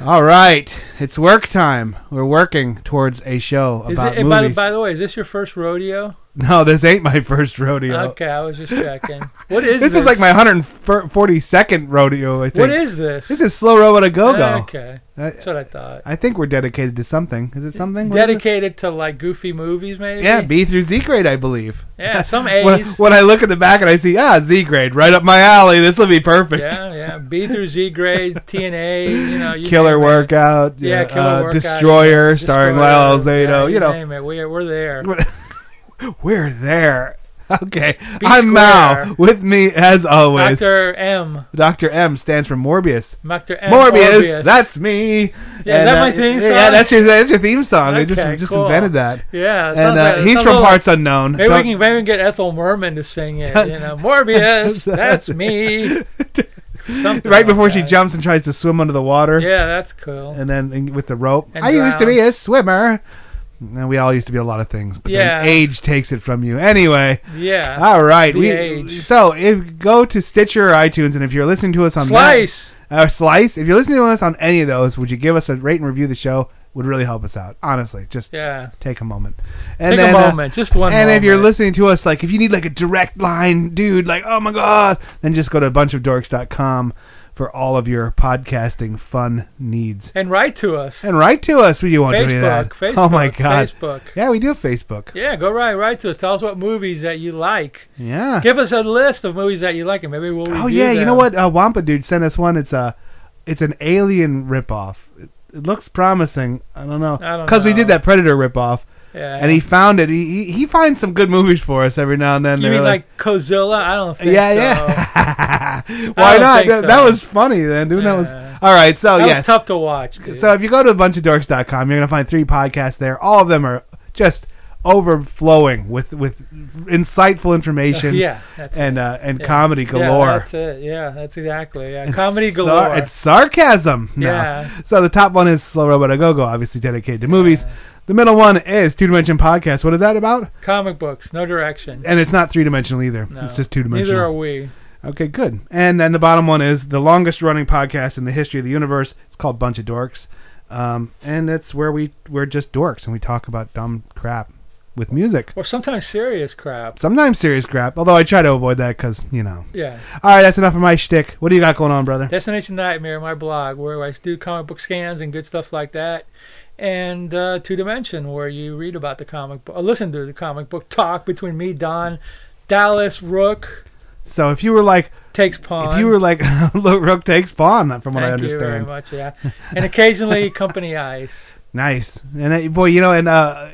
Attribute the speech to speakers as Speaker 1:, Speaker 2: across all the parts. Speaker 1: All right, it's work time. We're working towards a show
Speaker 2: Is
Speaker 1: about
Speaker 2: it, and by, the-
Speaker 1: movies.
Speaker 2: by the way, is this your first rodeo?
Speaker 1: no, this ain't my first rodeo.
Speaker 2: Okay, I was just checking. What is
Speaker 1: this?
Speaker 2: this?
Speaker 1: is like my 142nd rodeo. I think.
Speaker 2: What is this?
Speaker 1: This is slow robot a go go.
Speaker 2: Okay, that's
Speaker 1: I,
Speaker 2: what I thought.
Speaker 1: I think we're dedicated to something. Is it something? What is it?
Speaker 2: Dedicated to like goofy movies, maybe.
Speaker 1: Yeah, B through Z grade, I believe.
Speaker 2: Yeah, some
Speaker 1: When,
Speaker 2: A's.
Speaker 1: when I look at the back and I see, ah, Z grade, right up my alley. This will be perfect.
Speaker 2: Yeah, yeah. B through Z grade, T and A. You know, you
Speaker 1: Killer
Speaker 2: name it.
Speaker 1: workout.
Speaker 2: Yeah,
Speaker 1: yeah,
Speaker 2: killer
Speaker 1: uh,
Speaker 2: workout.
Speaker 1: Destroyer, starring Lyle
Speaker 2: Destroyer,
Speaker 1: Alzado.
Speaker 2: yeah,
Speaker 1: you know,
Speaker 2: name it. We're we're there.
Speaker 1: We're there. Okay.
Speaker 2: Be
Speaker 1: I'm
Speaker 2: square.
Speaker 1: Mao. With me, as always,
Speaker 2: Doctor M.
Speaker 1: Dr. M stands for Morbius.
Speaker 2: Doctor M.
Speaker 1: Morbius,
Speaker 2: Morbius.
Speaker 1: that's me.
Speaker 2: Yeah, is that my
Speaker 1: uh,
Speaker 2: theme
Speaker 1: Yeah,
Speaker 2: song?
Speaker 1: that's your, that's your theme song. they
Speaker 2: Okay,
Speaker 1: just, just
Speaker 2: cool.
Speaker 1: invented that.
Speaker 2: Yeah, it sounds
Speaker 1: And
Speaker 2: like-
Speaker 1: uh,
Speaker 2: it
Speaker 1: he's
Speaker 2: sounds
Speaker 1: from
Speaker 2: a little-
Speaker 1: Parts Unknown.
Speaker 2: Maybe
Speaker 1: Don't-
Speaker 2: we can maybe we can get Ethel Merman to sing it. You know, Morbius, that's me. Something
Speaker 1: right before
Speaker 2: like
Speaker 1: she
Speaker 2: that.
Speaker 1: jumps and tries to swim under the water.
Speaker 2: Yeah, that's cool.
Speaker 1: And then and with the rope.
Speaker 2: And
Speaker 1: I used to
Speaker 2: drown.
Speaker 1: be a swimmer. And we all used to be a lot of things, but
Speaker 2: Yeah.
Speaker 1: then age takes it from you. Anyway,
Speaker 2: yeah.
Speaker 1: all right.
Speaker 2: The
Speaker 1: we,
Speaker 2: age.
Speaker 1: So if go to Stitcher or iTunes, and if you're listening to us on
Speaker 2: Slice.
Speaker 1: that, or Slice, if you're listening to us on any of those, would you give us a rate and review of the show? Would really help us out. Honestly, just
Speaker 2: Yeah.
Speaker 1: take a moment. And
Speaker 2: Take a
Speaker 1: then, uh,
Speaker 2: moment, just one
Speaker 1: and if you're
Speaker 2: moment.
Speaker 1: listening to us, like if you need like a direct line, dude, like oh my god, then just go to bunchofdorks.com for all of your podcasting fun needs.
Speaker 2: And write to us.
Speaker 1: And write to us when you want to do that.
Speaker 2: Facebook, Facebook,
Speaker 1: oh my god.
Speaker 2: Facebook.
Speaker 1: Yeah, we do have Facebook.
Speaker 2: Yeah, go right, write to us. Tell us what movies that you like.
Speaker 1: Yeah.
Speaker 2: Give us a list of movies that you like, and maybe we'll review
Speaker 1: oh yeah, you know
Speaker 2: them.
Speaker 1: what? Uh, Wampa dude sent us one. It's a, it's an alien ripoff. It, it looks promising. I don't know.
Speaker 2: I don't
Speaker 1: we
Speaker 2: know.
Speaker 1: did that Predator ripoff,
Speaker 2: Yeah.
Speaker 1: and he found it. He, he he finds some good movies for us every now and then.
Speaker 2: You
Speaker 1: They're
Speaker 2: mean like Cozilla? I don't think
Speaker 1: yeah,
Speaker 2: so.
Speaker 1: yeah.
Speaker 2: I
Speaker 1: Why
Speaker 2: don't
Speaker 1: not?
Speaker 2: think
Speaker 1: That,
Speaker 2: so.
Speaker 1: that was funny then, dude. That was
Speaker 2: Yeah.
Speaker 1: all right. So
Speaker 2: That
Speaker 1: yes,
Speaker 2: was tough to watch. Dude.
Speaker 1: So if you go to bunchofdorks.com, you're gonna find three podcasts there. All of them are just overflowing with with insightful information.
Speaker 2: Yeah, that's
Speaker 1: and uh, and
Speaker 2: Yeah.
Speaker 1: comedy galore.
Speaker 2: Yeah, that's it. Yeah, that's exactly. Yeah, comedy galore.
Speaker 1: Sar- it's sarcasm. No.
Speaker 2: Yeah.
Speaker 1: So the top one is Slow Robot A Go Go, obviously dedicated to movies. The middle one is Two Dimension Podcast. What is that about?
Speaker 2: Comic books, no direction.
Speaker 1: And it's not three dimensional either.
Speaker 2: No.
Speaker 1: It's just two
Speaker 2: Neither are
Speaker 1: dimensional.
Speaker 2: we.
Speaker 1: Okay, good. And then the bottom one is the longest running podcast in the history of the universe. It's called Bunch of Dorks. Um, and that's where we we're just dorks and we talk about dumb crap with music.
Speaker 2: Or sometimes serious crap.
Speaker 1: Sometimes serious crap, although I try to avoid that because you know.
Speaker 2: Yeah.
Speaker 1: All right, that's enough of my shtick. What do you got going on, brother?
Speaker 2: Destination Nightmare, my blog, where I do comic book scans and good stuff like that. And uh, Two Dimension, where you read about the comic book, or listen to the comic book talk between me, Don, Dallas, Rook,
Speaker 1: So if you were like
Speaker 2: takes pawn.
Speaker 1: If you were like Look Rook takes Pawn, from what I
Speaker 2: Thank you very
Speaker 1: understand.
Speaker 2: much, yeah. And occasionally Company Ice.
Speaker 1: Nice. And uh, boy, you know, and uh,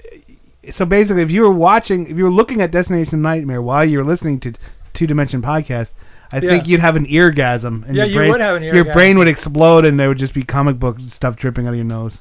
Speaker 1: so basically, if you were watching, if you were looking at Destination Nightmare while you were listening to Two Dimension Podcast, I
Speaker 2: Yeah.
Speaker 1: think you'd have an eargasm. And
Speaker 2: Yeah,
Speaker 1: your
Speaker 2: you
Speaker 1: brain,
Speaker 2: would have an
Speaker 1: Your
Speaker 2: eargasm.
Speaker 1: brain would explode, and there would just be comic book stuff dripping out of your nose.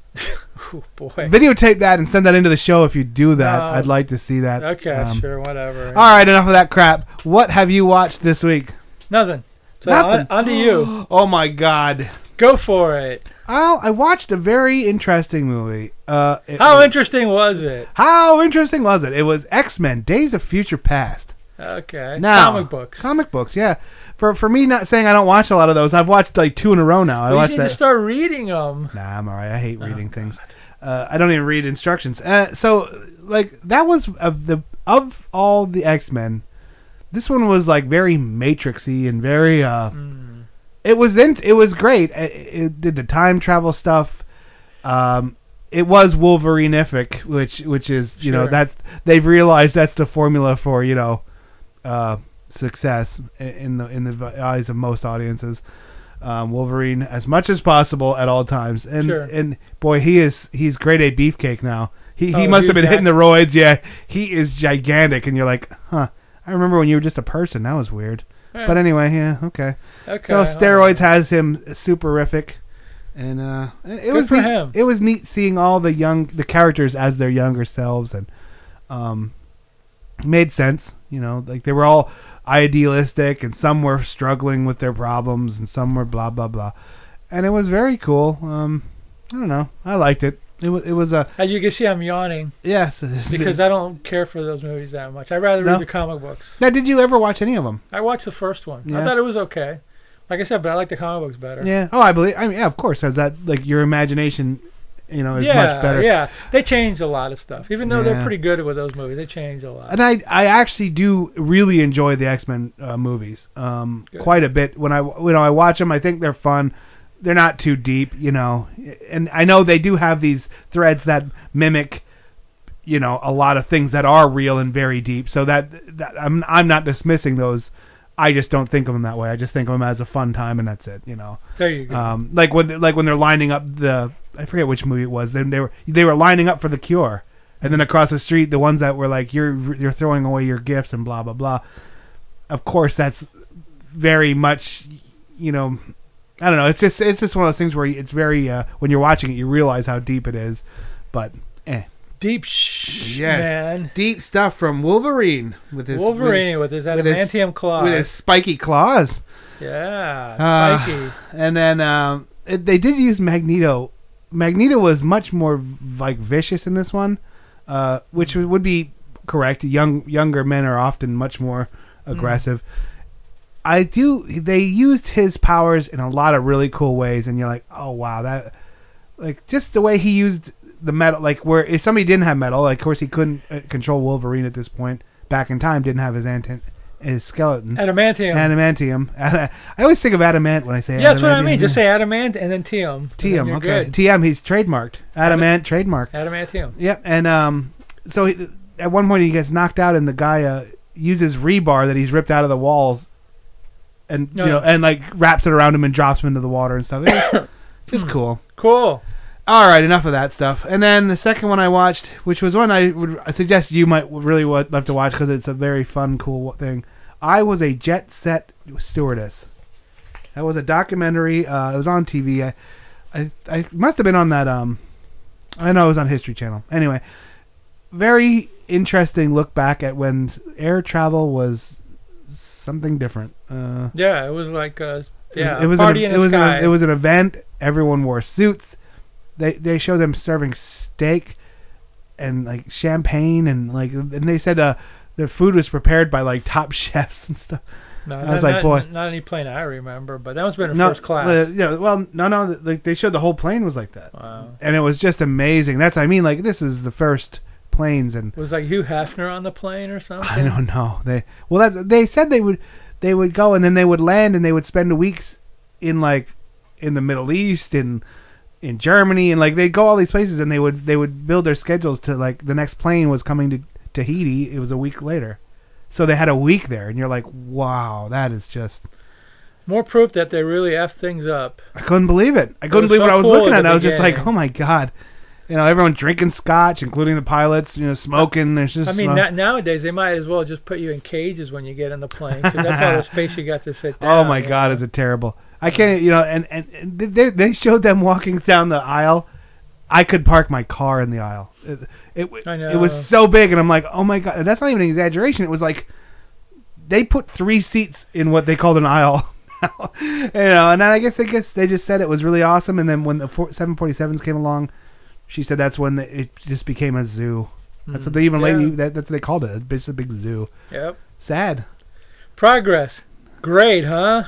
Speaker 2: oh, boy.
Speaker 1: Videotape that and send that into the show if you do that.
Speaker 2: No.
Speaker 1: I'd like to see that.
Speaker 2: Okay,
Speaker 1: Um,
Speaker 2: sure, whatever.
Speaker 1: All right, enough of that crap. What have you watched this week?
Speaker 2: Nothing. So
Speaker 1: Nothing.
Speaker 2: on, on to you.
Speaker 1: Oh my God.
Speaker 2: Go for it.
Speaker 1: Oh, I watched a very interesting movie. Uh, it
Speaker 2: How
Speaker 1: was-
Speaker 2: interesting was it?
Speaker 1: How interesting was it? It was X Men: Days of Future Past.
Speaker 2: Okay.
Speaker 1: Now,
Speaker 2: Comic books.
Speaker 1: Comic books, yeah. For for me, not saying I don't watch a lot of those. I've watched like two in a row now. I
Speaker 2: Well,
Speaker 1: watched
Speaker 2: you need
Speaker 1: that.
Speaker 2: to start reading them.
Speaker 1: nah, I'm alright. I hate reading
Speaker 2: God.
Speaker 1: things. Uh, I don't even read instructions. Uh, so like that was of the of all the X Men, this one was like very Matrixy and very.
Speaker 2: Mm.
Speaker 1: uh
Speaker 2: Hmm.
Speaker 1: It was in, it was great. It, it did the time travel stuff. Um, it was Wolverineific, which which is you know
Speaker 2: Sure.
Speaker 1: that's they've realized that's the formula for you know uh, success i- in the in the eyes of most audiences. Um, Wolverine as much as possible at all times, and
Speaker 2: Sure.
Speaker 1: and boy, he is he's grade A beefcake now. He he
Speaker 2: Oh,
Speaker 1: must have
Speaker 2: Hugh
Speaker 1: been hitting the
Speaker 2: Jack-
Speaker 1: roids. Yeah, he is gigantic, and you're like, huh? I remember when you were just a person. That was weird.
Speaker 2: Eh,
Speaker 1: But anyway, yeah, okay.
Speaker 2: okay.
Speaker 1: So steroids has him superific. And uh, it
Speaker 2: Good
Speaker 1: was
Speaker 2: for
Speaker 1: neat,
Speaker 2: him.
Speaker 1: it was neat seeing all the young the characters as their younger selves, and um, made sense. You know, like they were all idealistic, and some were struggling with their problems, and some were blah blah blah. And it was very cool. Um, I don't know, I liked it. It was it was a
Speaker 2: As you can see, I'm yawning
Speaker 1: yes
Speaker 2: because I don't care for those movies that much. I rather
Speaker 1: No.
Speaker 2: read the comic books.
Speaker 1: now did you ever watch any of them?
Speaker 2: I watched the first one. I
Speaker 1: Yeah.
Speaker 2: thought it was okay. Like I said, but I like the comic books better.
Speaker 1: Yeah. Oh, I believe. I mean, yeah, of course. As that like your imagination, you know, is
Speaker 2: yeah,
Speaker 1: much better.
Speaker 2: yeah. They changed a lot of stuff. Even though they're
Speaker 1: Yeah.
Speaker 2: pretty good with those movies, they changed a lot.
Speaker 1: And I I actually do really enjoy the X Men uh, movies um,
Speaker 2: Good.
Speaker 1: quite a bit. When I you know I watch them, I think they're fun. They're not too deep, you know. And I know they do have these threads that mimic, you know, a lot of things that are real and very deep. So that that I'm I'm not dismissing those. I just don't think of them that way. I just think of them as a fun time, and that's it, you know.
Speaker 2: There you go.
Speaker 1: Um, like when like when they're lining up the I forget which movie it was. Then they were they were lining up for the cure, and then across the street the ones that were like you're you're throwing away your gifts and blah blah blah. Of course, that's very much you know I don't know. It's just it's just one of those things where it's very uh, when you're watching it you realize how deep it is, but eh.
Speaker 2: Deep sh
Speaker 1: Yes.
Speaker 2: man.
Speaker 1: deep stuff from Wolverine with his
Speaker 2: Wolverine with his
Speaker 1: with his-
Speaker 2: adamantium claws.
Speaker 1: with his spiky claws.
Speaker 2: yeah,
Speaker 1: Uh,
Speaker 2: spiky.
Speaker 1: And then um, it, they did use Magneto. Magneto was much more like vicious in this one, uh, which would be correct. Young younger men are often much more aggressive. I do. They used his powers in a lot of really cool ways, and you're like, oh wow, that like just the way he used the metal. Like where if somebody didn't have metal, like, of course he couldn't uh, control Wolverine at this point. Back in time, didn't have his anten- his skeleton.
Speaker 2: Adamantium.
Speaker 1: Adamantium. I always think of adamant when I say
Speaker 2: yeah, that's what I
Speaker 1: adamantium.
Speaker 2: mean. Just say adamant and then tium. And then
Speaker 1: TM.
Speaker 2: you're
Speaker 1: Okay,
Speaker 2: good.
Speaker 1: TM. He's trademarked. Adamant trademark.
Speaker 2: Adamantium.
Speaker 1: Yep. And um, so he, at one point he gets knocked out, and the guy uh, uses rebar that he's ripped out of the walls, and
Speaker 2: No,
Speaker 1: you know,
Speaker 2: no.
Speaker 1: and like wraps it around him and drops him into the water and stuff. It's
Speaker 2: Hmm.
Speaker 1: just cool.
Speaker 2: Cool.
Speaker 1: All right, enough of that stuff. And then the second one I watched, which was one I would I suggest you might really wa- love to watch because it's a very fun, cool thing. I was a jet set stewardess. That was a documentary. Uh, it was on TV. I, I, I must have been on that. Um, I know it was on History Channel. Anyway, very interesting look back at when air travel was something different. Uh,
Speaker 2: Yeah, it was like a yeah,
Speaker 1: it was
Speaker 2: party
Speaker 1: an, e-
Speaker 2: in
Speaker 1: it
Speaker 2: the
Speaker 1: was
Speaker 2: sky.
Speaker 1: An, it was an event. Everyone wore suits. They they show them serving steak and like champagne and like and they said uh the food was prepared by like top chefs and stuff.
Speaker 2: no,
Speaker 1: I
Speaker 2: not,
Speaker 1: was like,
Speaker 2: not,
Speaker 1: boy.
Speaker 2: not any plane I remember, but that was been in
Speaker 1: no,
Speaker 2: first class.
Speaker 1: uh, yeah, well, no, no, like they showed the whole plane was like that,
Speaker 2: wow.
Speaker 1: and it was just amazing. That's what I mean, like this is the first planes and
Speaker 2: It was like Hugh Hefner on the plane or something.
Speaker 1: I don't know. They well, that's, they said they would they would go and then they would land and they would spend weeks in like in the Middle East and in Germany and like they'd go all these places and they would they would build their schedules to like the next plane was coming to Tahiti. It was a week later, so they had a week there, and you're like, wow, that is just
Speaker 2: More proof that they really f things up.
Speaker 1: I couldn't believe it. I
Speaker 2: was
Speaker 1: couldn't believe
Speaker 2: so
Speaker 1: what I was
Speaker 2: cool
Speaker 1: looking
Speaker 2: at
Speaker 1: at.
Speaker 2: the
Speaker 1: I was just like,
Speaker 2: beginning.
Speaker 1: oh my god. You know, everyone drinking scotch, including the pilots. You know, smoking. There's just
Speaker 2: I mean,
Speaker 1: smoke.
Speaker 2: na- nowadays they might as well just put you in cages when you get in the plane 'cause that's all the space you got to sit down.
Speaker 1: Oh my
Speaker 2: you
Speaker 1: God,
Speaker 2: know.
Speaker 1: is it terrible? I can't, you know, and and, and they they showed them walking down the aisle. I could park my car in the aisle. It it, w-
Speaker 2: I
Speaker 1: it
Speaker 2: know.
Speaker 1: was so big, and I'm like, oh my God, and that's not even an exaggeration. It was like they put three seats in what they called an aisle. you know, and then I guess I guess they just said it was really awesome, and then when the four, 747s came along, she said that's when it just became a zoo. That's what
Speaker 2: Mm.
Speaker 1: they even
Speaker 2: yeah.
Speaker 1: lady that, that's what they called it. It's a big zoo.
Speaker 2: Yep.
Speaker 1: Sad.
Speaker 2: Progress. Great, huh?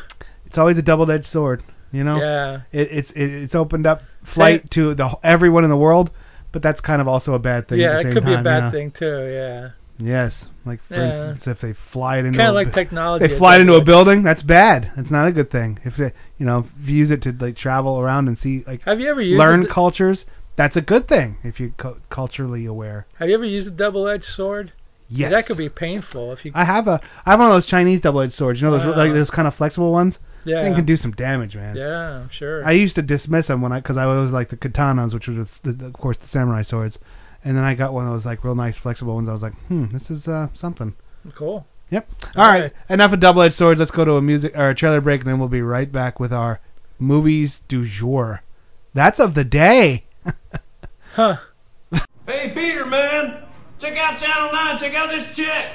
Speaker 1: It's always a double-edged sword. You know.
Speaker 2: Yeah.
Speaker 1: it, it's it, it's opened up flight to the everyone in the world, but that's kind of also a bad thing. at
Speaker 2: yeah,
Speaker 1: the
Speaker 2: it
Speaker 1: same
Speaker 2: could be
Speaker 1: time,
Speaker 2: a bad
Speaker 1: yeah.
Speaker 2: thing too. Yeah.
Speaker 1: Yes, like for
Speaker 2: Yeah.
Speaker 1: instance, if they fly it into
Speaker 2: Kind
Speaker 1: a
Speaker 2: of like
Speaker 1: bu-
Speaker 2: technology.
Speaker 1: they fly it into a building,
Speaker 2: building.
Speaker 1: that's bad. That's not a good thing. If they you know if you use it to like travel around and see like
Speaker 2: Have you ever used
Speaker 1: learn
Speaker 2: A,
Speaker 1: cultures, that's a good thing if you're cu- culturally aware.
Speaker 2: have you ever used a double-edged sword? 'Cause
Speaker 1: Yes,
Speaker 2: That could be painful if you.
Speaker 1: I have a I have one of those Chinese double-edged swords. You know those
Speaker 2: Wow.
Speaker 1: like those kind of flexible ones.
Speaker 2: yeah.
Speaker 1: Thing can do some damage, man.
Speaker 2: yeah, I'm sure.
Speaker 1: I used to dismiss them when I because I always like the katanas, which was the, the, of course the samurai swords, and then I got one of those like real nice flexible ones. I was like, hmm, this is uh, something.
Speaker 2: cool.
Speaker 1: Yep.
Speaker 2: All
Speaker 1: All right.
Speaker 2: right.
Speaker 1: Enough of double-edged swords. Let's go to a music or a trailer break, and then we'll be right back with our movies du jour That's of the day.
Speaker 2: Huh.
Speaker 3: Hey, Peter, man! Check out Channel 9, check out this chick!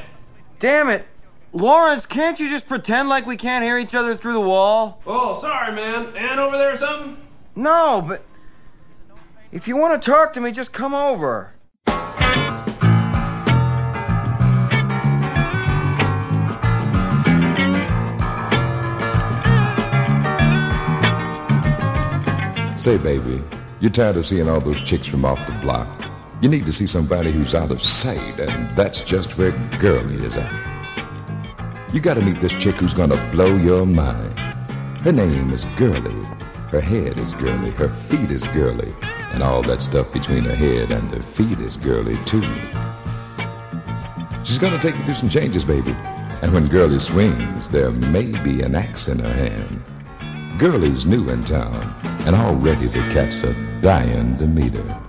Speaker 4: Damn it! Lawrence, can't you just pretend like we can't hear each other through the wall?
Speaker 3: Oh, sorry, man. Ann over there or something?
Speaker 4: No, but. If you want to talk to me, just come over.
Speaker 5: Say, baby, you're tired of seeing all those chicks from off the block. You need to see somebody who's out of sight, and that's just where Girlie is at. You gotta meet this chick who's gonna blow your mind. Her name is Girlie. Her head is girly, her feet is girly, and all that stuff between her head and her feet is girly, too. She's gonna take you through some changes, baby. And when Girlie swings, there may be an axe in her hand. Girlie's new in town, and already the cats are dying to meet her.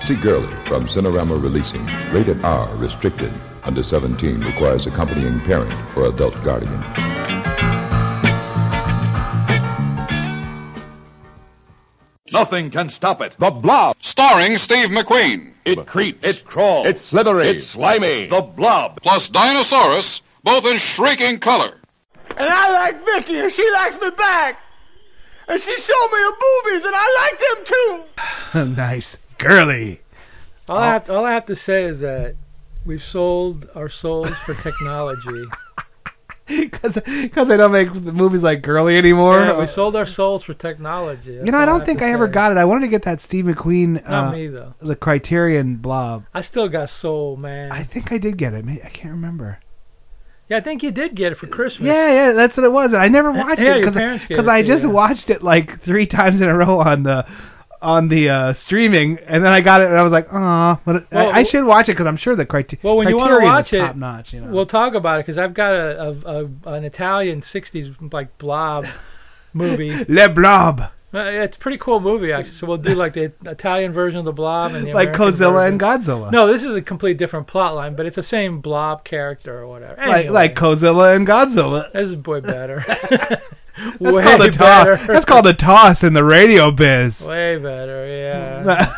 Speaker 5: See Girlie from Cinerama Releasing, rated R, restricted. Under 17 requires accompanying parent or adult guardian.
Speaker 6: Nothing can stop it. The Blob.
Speaker 7: starring Steve McQueen,
Speaker 6: It creeps. It crawls. It's slithery. It's slimy. The Blob.
Speaker 7: plus Dinosaurus, both in shrieking color.
Speaker 3: And I like Vicky, and she likes me back! And she showed me her boobies, and I like them too!
Speaker 1: nice. Girly.
Speaker 2: All I have, all I have to say is that we've sold our souls for technology.
Speaker 1: Because they don't make movies like Girly anymore.
Speaker 2: Yeah, we sold our souls for technology.
Speaker 1: you know, I don't think I ever got it. I wanted to get that Steve McQueen,
Speaker 2: Not
Speaker 1: uh,
Speaker 2: me though.
Speaker 1: the Criterion blob.
Speaker 2: I still got soul, man.
Speaker 1: I think I did get it. May- I can't remember.
Speaker 2: yeah, I think you did get it for Christmas.
Speaker 1: Yeah, yeah, that's what it was. And I never watched
Speaker 2: yeah,
Speaker 1: it
Speaker 2: your
Speaker 1: because
Speaker 2: parents gave it
Speaker 1: I
Speaker 2: to
Speaker 1: just
Speaker 2: you.
Speaker 1: watched it like three times in a row on the on the uh streaming, and then I got it and I was like, ah, but it,
Speaker 2: Well,
Speaker 1: I, I should watch it because I'm sure the criteria
Speaker 2: Well, when you wanna
Speaker 1: criterion
Speaker 2: watch
Speaker 1: is
Speaker 2: it,
Speaker 1: top notch. You know,
Speaker 2: We'll talk about it because I've got a, a, a an Italian '60s like blob movie. Uh,
Speaker 1: Le Blob,
Speaker 2: It's a pretty cool movie actually. So we'll do like the Italian version of the blob and the
Speaker 1: like
Speaker 2: American
Speaker 1: Godzilla
Speaker 2: version.
Speaker 1: and Godzilla.
Speaker 2: No, this is a complete different plot line, but it's the same blob character or whatever.
Speaker 1: like
Speaker 2: Anyway,
Speaker 1: like Godzilla and Godzilla.
Speaker 2: this is way better.
Speaker 1: That's
Speaker 2: way
Speaker 1: called a toss.
Speaker 2: better.
Speaker 1: That's called a toss in the radio biz.
Speaker 2: way better. Yeah.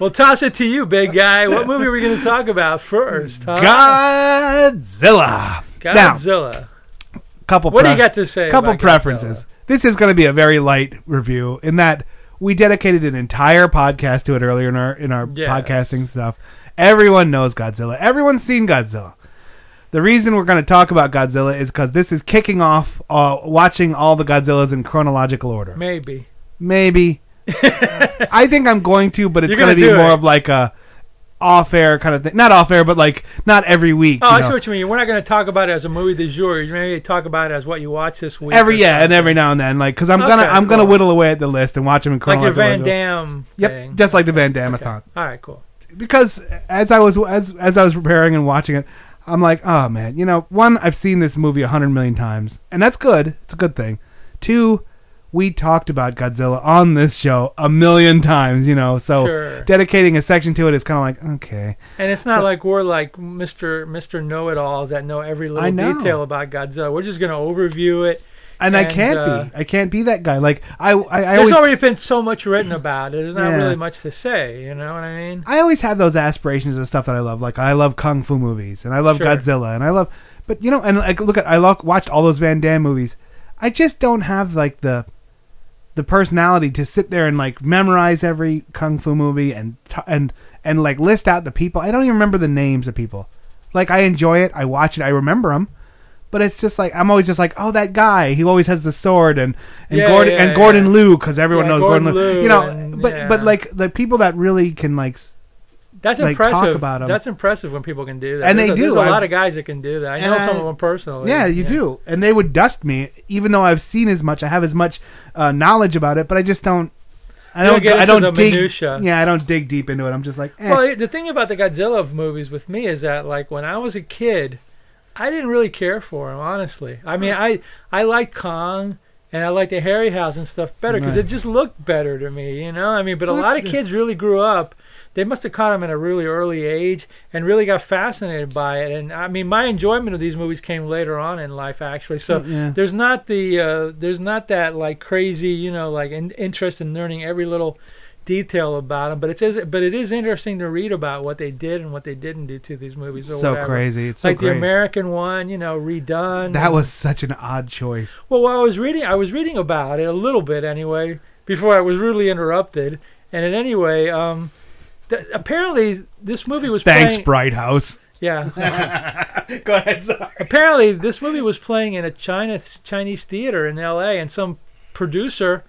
Speaker 2: Well, toss it to you, big guy. What movie are we going to talk about first? Huh?
Speaker 1: Godzilla. Now,
Speaker 2: Godzilla.
Speaker 1: couple.
Speaker 2: What do you
Speaker 1: pref-
Speaker 2: got to say
Speaker 1: Couple
Speaker 2: about
Speaker 1: preferences. This is going to be a very light review in that we dedicated an entire podcast to it earlier in our in our
Speaker 2: Yes.
Speaker 1: podcasting stuff. Everyone knows Godzilla. Everyone's seen Godzilla. The reason we're going to talk about Godzilla is because this is kicking off uh, watching all the Godzillas in chronological order.
Speaker 2: Maybe.
Speaker 1: Maybe I think I'm going to, but it's
Speaker 2: You're
Speaker 1: going to be
Speaker 2: gonna do
Speaker 1: more
Speaker 2: it.
Speaker 1: of like a off air kind of thing. Not off air, but like not every week.
Speaker 2: Oh,
Speaker 1: you
Speaker 2: I
Speaker 1: know.
Speaker 2: see what you mean. We're not going to talk about it as a movie du jour. You maybe talk about it as what you watch this week. or
Speaker 1: every yeah, and
Speaker 2: something.
Speaker 1: every now and then, like because I'm gonna
Speaker 2: Okay,
Speaker 1: I'm gonna
Speaker 2: cool.
Speaker 1: whittle away at the list and watch them in
Speaker 2: like your
Speaker 1: chronological
Speaker 2: Van
Speaker 1: order.
Speaker 2: Damme thing.
Speaker 1: Yep, just like the Van
Speaker 2: Okay.
Speaker 1: Damme-a-thon.
Speaker 2: All right, cool.
Speaker 1: Because as I was as as I was preparing and watching it, I'm like, oh man, you know, one I've seen this movie a hundred million times, and that's good. It's a good thing. Two, we talked about Godzilla on this show a million times, you know, so
Speaker 2: Sure.
Speaker 1: dedicating a section to it is kind of like okay.
Speaker 2: And it's not like we're like Mr. Mr. Know-it-alls that know every
Speaker 1: I
Speaker 2: little
Speaker 1: know.
Speaker 2: detail about Godzilla. We're just going to overview it.
Speaker 1: And, I
Speaker 2: And,
Speaker 1: can't
Speaker 2: uh,
Speaker 1: be. I can't be that guy. Like I, I, I
Speaker 2: There's
Speaker 1: always
Speaker 2: already been so much written about it. There's not
Speaker 1: Yeah.
Speaker 2: really much to say. You know what I mean?
Speaker 1: I always have those aspirations of stuff that I love. Like I love kung fu movies, and I love
Speaker 2: Sure.
Speaker 1: Godzilla, and I love. But you know, and like look at I lo- watched all those Van Damme movies. I just don't have like the the personality to sit there and like memorize every kung fu movie and t- and and like list out the people. I don't even remember the names of people. Like I enjoy it, I watch it, I remember them. But it's just like I'm always just like, oh, that guy. He always has the sword and and
Speaker 2: Yeah,
Speaker 1: Gordon
Speaker 2: yeah,
Speaker 1: and Gordon
Speaker 2: yeah.
Speaker 1: Liu because everyone
Speaker 2: Yeah,
Speaker 1: knows
Speaker 2: Gordon Liu
Speaker 1: You know,
Speaker 2: and-
Speaker 1: but but
Speaker 2: yeah.
Speaker 1: like the people that really can like s-
Speaker 2: That's
Speaker 1: like, talk
Speaker 2: impressive.
Speaker 1: about 'em.
Speaker 2: That's impressive when people can do that.
Speaker 1: And
Speaker 2: there's
Speaker 1: they
Speaker 2: a,
Speaker 1: do.
Speaker 2: There's a
Speaker 1: I've-
Speaker 2: lot of guys that can do that. I know
Speaker 1: And
Speaker 2: some
Speaker 1: I-
Speaker 2: of them personally.
Speaker 1: Yeah, you do. And they would dust me, even though I've seen as much, I have as much uh, knowledge about it, but I just don't. I
Speaker 2: You don't
Speaker 1: don't.
Speaker 2: get
Speaker 1: I
Speaker 2: into
Speaker 1: don't
Speaker 2: the
Speaker 1: dig.
Speaker 2: minutia.
Speaker 1: Yeah, I don't dig deep into it. I'm just like, eh.
Speaker 2: Well, the thing about the Godzilla movies with me is that, like, when I was a kid, I didn't really care for him, honestly. I mean, I I liked Kong and I like the Harry House and stuff better because
Speaker 1: Right.
Speaker 2: it just looked better to me, you know. I mean, but a
Speaker 1: Well,
Speaker 2: lot of
Speaker 1: the-
Speaker 2: kids really grew up. They must have caught them at a really early age and really got fascinated by it. And I mean, my enjoyment of these movies came later on in life, actually. So
Speaker 1: Yeah.
Speaker 2: there's not the uh, there's not that like crazy, you know, like in- interest in learning every little detail about them. But it is but it is interesting to read about what they did and what they didn't do to these movies or
Speaker 1: so
Speaker 2: whatever.
Speaker 1: crazy. It's so
Speaker 2: Like the
Speaker 1: great.
Speaker 2: American one, you know, redone.
Speaker 1: that was such an odd choice.
Speaker 2: Well, while I was reading, I was reading about it a little bit anyway before I was rudely interrupted. And in any way, um, th- apparently this movie was
Speaker 1: Thanks,
Speaker 2: playing.
Speaker 1: Bright House.
Speaker 2: Yeah.
Speaker 1: Go ahead. Sorry.
Speaker 2: apparently this movie was playing in a China Chinese theater in L.A. and some producer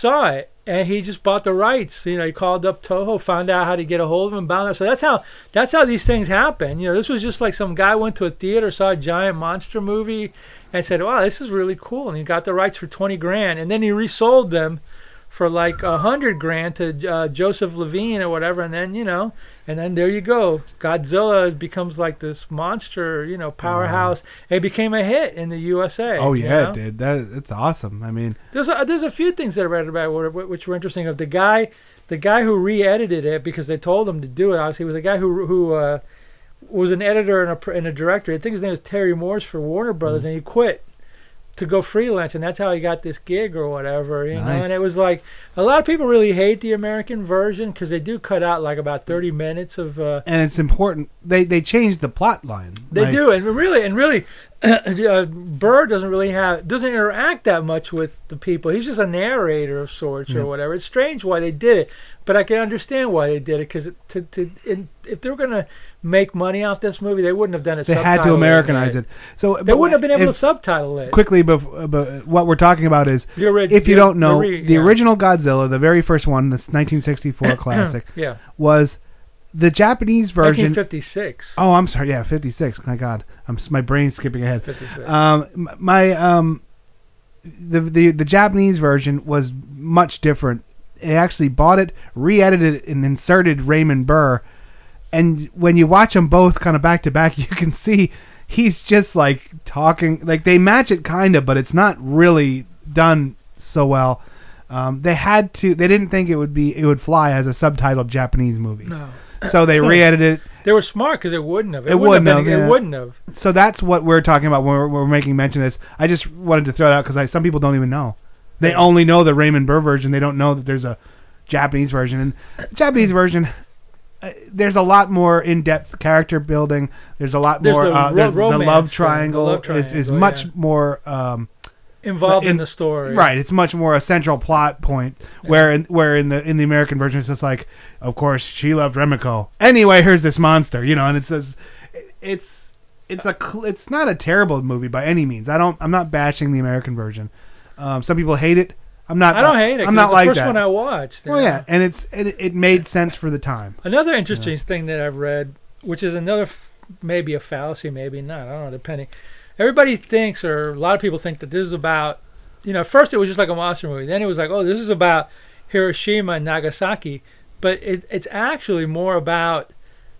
Speaker 2: saw it and he just bought the rights. You know, he called up Toho, found out how to get a hold of him, bound up. So that's how that's how these things happen. You know, this was just like some guy went to a theater, saw a giant monster movie, and said, "Wow, this is really cool." And he got the rights for twenty grand, and then he resold them for like a hundred grand to uh, Joseph Levine or whatever, and then you know, and then there you go. Godzilla becomes like this monster, you know, powerhouse. It became a hit in the USA.
Speaker 1: Mm-hmm. Oh
Speaker 2: you
Speaker 1: yeah,
Speaker 2: know?
Speaker 1: it did. That it's awesome. I mean,
Speaker 2: There's a, there's a few things that I read about were- which were interesting. Of the guy, the guy who re-edited it because they told him to do it. Obviously, was a guy who who uh, was an editor and a pr- and a director. I think his name was Terry Morse for Warner Brothers, and he quit to go freelance, and that's how he got this gig or whatever. You know,
Speaker 1: Nice.
Speaker 2: and it was like a lot of people really hate the American version because they do cut out like about 30 minutes of. Uh,
Speaker 1: and it's important. They they changed the plot line.
Speaker 2: they
Speaker 1: Like,
Speaker 2: do, and really, and really, uh, Burr doesn't really have doesn't interact that much with the people. He's just a narrator of sorts or whatever. It's strange why they did it, but I can understand why they did it because to to in, if they were gonna make money off this movie, they wouldn't have done it.
Speaker 1: They had to
Speaker 2: subtitling
Speaker 1: Americanize it. So
Speaker 2: They wouldn't have been able
Speaker 1: if-
Speaker 2: to subtitle it.
Speaker 1: quickly. Bef- but what we're talking about is
Speaker 2: The ori-
Speaker 1: if you
Speaker 2: the-
Speaker 1: don't know
Speaker 2: the re-
Speaker 1: the
Speaker 2: yeah.
Speaker 1: original Godzilla, the very first one, this 1964 classic,
Speaker 2: yeah,
Speaker 1: was the Japanese version
Speaker 2: 1956.
Speaker 1: Oh, I'm sorry. Yeah, 56. My God, I'm s- my brain's skipping ahead.
Speaker 2: 56.
Speaker 1: Um, m- my um, the the the Japanese version was much different. They actually bought it, re-edited it, and inserted Raymond Burr. And when you watch them both kind of back to back, you can see he's just like talking. Like they match it kind of, but it's not really done so well. Um, they had to. They didn't think it would be. It would fly as a subtitled Japanese movie.
Speaker 2: No.
Speaker 1: So they re-edited it.
Speaker 2: They were smart because it wouldn't have. It,
Speaker 1: It
Speaker 2: wouldn't
Speaker 1: wouldn't
Speaker 2: have. been-
Speaker 1: have, yeah.
Speaker 2: It wouldn't have.
Speaker 1: So that's what we're talking about when we're, we're making mention of this. I just wanted to throw it out because some people don't even know. They
Speaker 2: Yeah.
Speaker 1: only know the Raymond Burr version. They don't know that there's a Japanese version. And the Japanese version, uh, there's a lot more in-depth character building. There's a lot
Speaker 2: There's
Speaker 1: more.
Speaker 2: the
Speaker 1: uh,
Speaker 2: ro-
Speaker 1: there's the
Speaker 2: romance thing,
Speaker 1: love
Speaker 2: the
Speaker 1: triangle,
Speaker 2: love
Speaker 1: is, is
Speaker 2: triangle,
Speaker 1: much
Speaker 2: yeah.
Speaker 1: more. Um,
Speaker 2: Involved in,
Speaker 1: in-
Speaker 2: the story.
Speaker 1: Right, it's much more a central plot point. Where in where in the in the American version it's just like, of course she loved Remiko. Anyway, here's this monster, you know, and it says, it's it's a cl- it's not a terrible movie by any means. I don't I'm not bashing the American version. Um, some people hate it. I'm not.
Speaker 2: I don't hate it. 'cause
Speaker 1: I'm not
Speaker 2: it's
Speaker 1: like
Speaker 2: the first
Speaker 1: that.
Speaker 2: one I watched. you
Speaker 1: well,
Speaker 2: know?
Speaker 1: yeah, and it's it, it made sense for the time.
Speaker 2: Another interesting thing that I've read, which is another f- maybe a fallacy, maybe not. I don't know, depending. Everybody thinks, or a lot of people think, that this is about, you know, at first it was just like a monster movie. Then it was like, oh, this is about Hiroshima and Nagasaki, but it, it's actually more about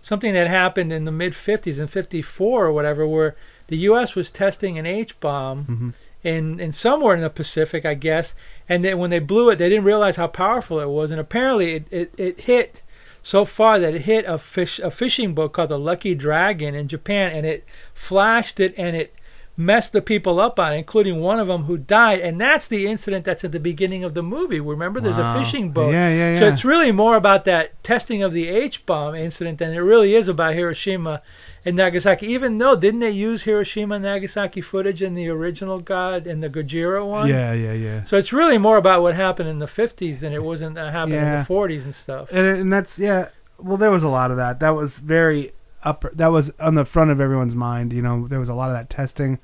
Speaker 2: something that happened in the mid 50s, in 54 or whatever, where the U.S. was testing an H bomb
Speaker 1: Mm-hmm.
Speaker 2: in in somewhere in the Pacific, I guess. And then when they blew it, they didn't realize how powerful it was. And apparently, it it, it hit so far that it hit a fish a fishing boat called the Lucky Dragon in Japan, and it flashed it and it messed the people up on, it, including one of them who died. And that's the incident that's at the beginning of the movie. Remember, there's
Speaker 1: Wow.
Speaker 2: a fishing boat.
Speaker 1: Yeah, yeah,
Speaker 2: So
Speaker 1: yeah.
Speaker 2: it's really more about that testing of the H bomb incident than it really is about Hiroshima and Nagasaki. Even though didn't they use Hiroshima and Nagasaki footage in the original God and the Gojira one?
Speaker 1: Yeah, yeah, yeah.
Speaker 2: So it's really more about what happened in the 50s than it wasn't that happened in
Speaker 1: Yeah.
Speaker 2: the 40s and stuff.
Speaker 1: and, and that's yeah. Well, there was a lot of that. That was very upper. That was on the front of everyone's mind. You know, there was a lot of that testing.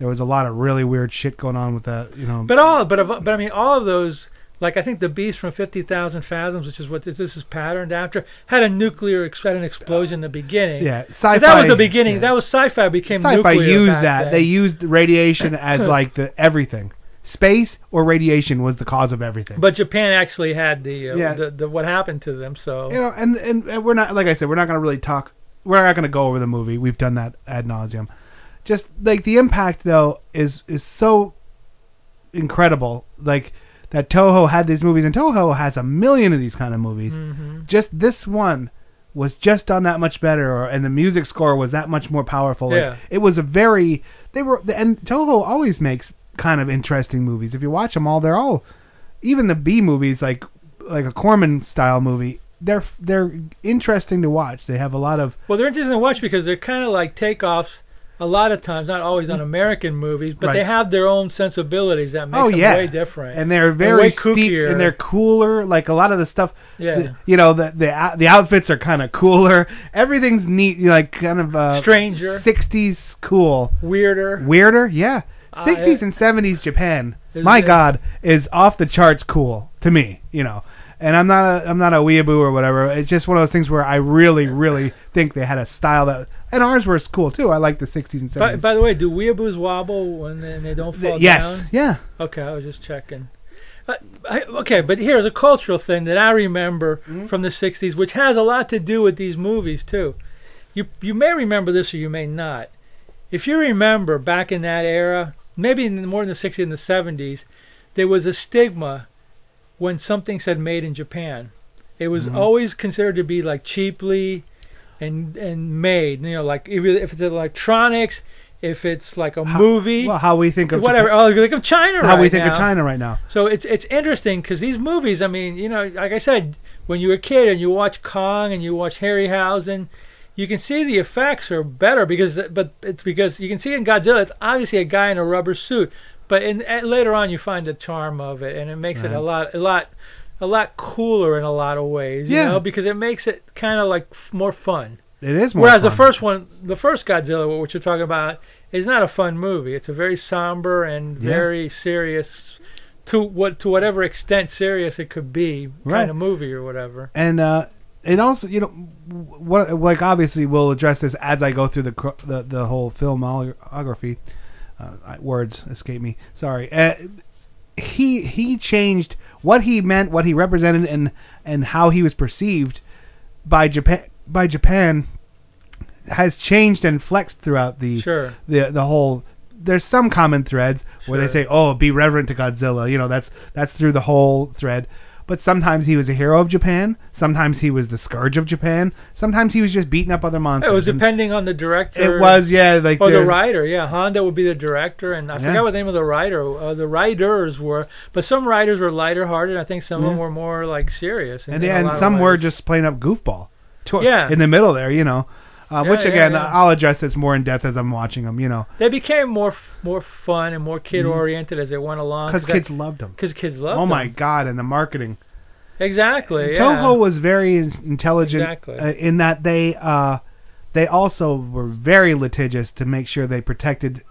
Speaker 1: There was a lot of really weird shit going on with that. You know,
Speaker 2: But all, but of- but I mean, all of those, like I think the Beast from Fifty Thousand Fathoms, which is what this is patterned after, had a nuclear ex- had an explosion in the beginning.
Speaker 1: yeah, sci-fi.
Speaker 2: But that was the beginning.
Speaker 1: yeah.
Speaker 2: That was sci-fi became
Speaker 1: sci-fi.
Speaker 2: nuclear.
Speaker 1: Used
Speaker 2: back
Speaker 1: that.
Speaker 2: then.
Speaker 1: They used radiation as like the everything. Space or radiation was the cause of everything.
Speaker 2: But Japan actually had the, uh,
Speaker 1: Yeah.
Speaker 2: the, the what happened to them. So
Speaker 1: you know, and, and and we're not like I said, we're not going to really talk. We're not going to go over the movie. We've done that ad nauseum. Just like the impact though is is so incredible. Like that Toho had these movies, and Toho has a million of these kind of movies. Just this one was just done that much better, or, and the music score was that much more powerful. Like,
Speaker 2: Yeah.
Speaker 1: it was a very they were and Toho always makes kind of interesting movies. If you watch them all, they're all even the B movies like like a Corman style movie. They're they're interesting to watch. They have a lot of
Speaker 2: Well, they're interesting to watch because they're kind of like takeoffs. A lot of times, not always on American movies, but they
Speaker 1: Mm. Right.
Speaker 2: have their own sensibilities that makes
Speaker 1: oh
Speaker 2: them
Speaker 1: yeah,
Speaker 2: way different.
Speaker 1: and they're
Speaker 2: way
Speaker 1: very steep
Speaker 2: kookier.
Speaker 1: and they're cooler. Like a lot of the stuff,
Speaker 2: Yeah.
Speaker 1: th- you know, the the out- the outfits are kind of cooler. Everything's neat, like kind of uh,
Speaker 2: Stranger.
Speaker 1: '60s cool,
Speaker 2: weirder.
Speaker 1: weirder. Yeah,
Speaker 2: Uh,
Speaker 1: '60s
Speaker 2: yeah.
Speaker 1: and '70s Japan.
Speaker 2: There's
Speaker 1: My
Speaker 2: a-
Speaker 1: God, is off the charts cool to me. You know. And I'm not a I'm not a weeaboo or whatever. It's just one of those things where I really really think they had a style that and ours was cool too. I like the 60s and 70s.
Speaker 2: by, by the way, do weeaboos wobble when they, and they don't fall
Speaker 1: yes,
Speaker 2: down?
Speaker 1: yeah.
Speaker 2: Okay, I was just checking. Uh, I, okay, but here's a cultural thing that I remember from the '60s, which has a lot to do with these movies too. You you may remember this or you may not. If you remember back in that era, maybe in the, more in the '60s and the '70s, there was a stigma when something said "made in Japan." It was always considered to be like cheaply and and made. You know, like if, it- if it's electronics, if it's like a movie,
Speaker 1: Well, how we think of
Speaker 2: whatever.
Speaker 1: Japan-
Speaker 2: Oh, think of China.
Speaker 1: how
Speaker 2: right
Speaker 1: we think
Speaker 2: now.
Speaker 1: of China right now.
Speaker 2: So it's it's interesting because these movies. I mean, you know, like I said, when you were a kid and you watch Kong and you watch Harryhausen, you can see the effects are better because, but it's because you can see in Godzilla, it's obviously a guy in a rubber suit, but in at, later on you find the charm of it and it makes it a lot a lot a lot cooler in a lot of ways. You
Speaker 1: Yeah.
Speaker 2: know, because it makes it kind of like f- more fun.
Speaker 1: It is more.
Speaker 2: Whereas
Speaker 1: fun.
Speaker 2: the first one, the first Godzilla, which you're talking about, is not a fun movie. It's a very somber and
Speaker 1: Yeah.
Speaker 2: very serious, to what to whatever extent serious it could be,
Speaker 1: Right.
Speaker 2: kind of movie or whatever.
Speaker 1: and uh, and also you know, what like obviously we'll address this as I go through the cr- the, the whole filmography. Uh, I- words escape me. Sorry. Uh, he he changed what he meant, what he represented, and and how he was perceived by Japan by Japan has changed and flexed throughout the
Speaker 2: Sure.
Speaker 1: the the whole there's some common threads where they
Speaker 2: Sure.
Speaker 1: say oh be reverent to Godzilla you know that's that's through the whole thread but sometimes he was a hero of Japan sometimes he was the scourge of Japan sometimes he was just beating up other monsters
Speaker 2: It was
Speaker 1: and
Speaker 2: depending on the director.
Speaker 1: it was yeah like
Speaker 2: Or the
Speaker 1: there-
Speaker 2: writer, yeah. Honda would be the director, and I
Speaker 1: Yeah.
Speaker 2: forgot what the name of the writer. Uh, the writers were, but some writers were lighter-hearted. I think some of them
Speaker 1: Yeah.
Speaker 2: were more like serious. in-
Speaker 1: and
Speaker 2: in a
Speaker 1: yeah,
Speaker 2: lot of
Speaker 1: and some were
Speaker 2: ways.
Speaker 1: just plain up goofball to-
Speaker 2: Yeah.
Speaker 1: in the middle there you know uh,
Speaker 2: Yeah,
Speaker 1: which
Speaker 2: yeah,
Speaker 1: again
Speaker 2: yeah.
Speaker 1: I'll address this more in depth as I'm watching them you know
Speaker 2: They became more f- more fun and more kid-oriented as they went along.
Speaker 1: because
Speaker 2: that-
Speaker 1: Mm-hmm. kids loved them
Speaker 2: 'cause kids love.
Speaker 1: oh my god and the marketing
Speaker 2: Exactly. Yeah.
Speaker 1: Toho was very in- intelligent
Speaker 2: Exactly.
Speaker 1: uh, in that they uh, they also were very litigious to make sure they protected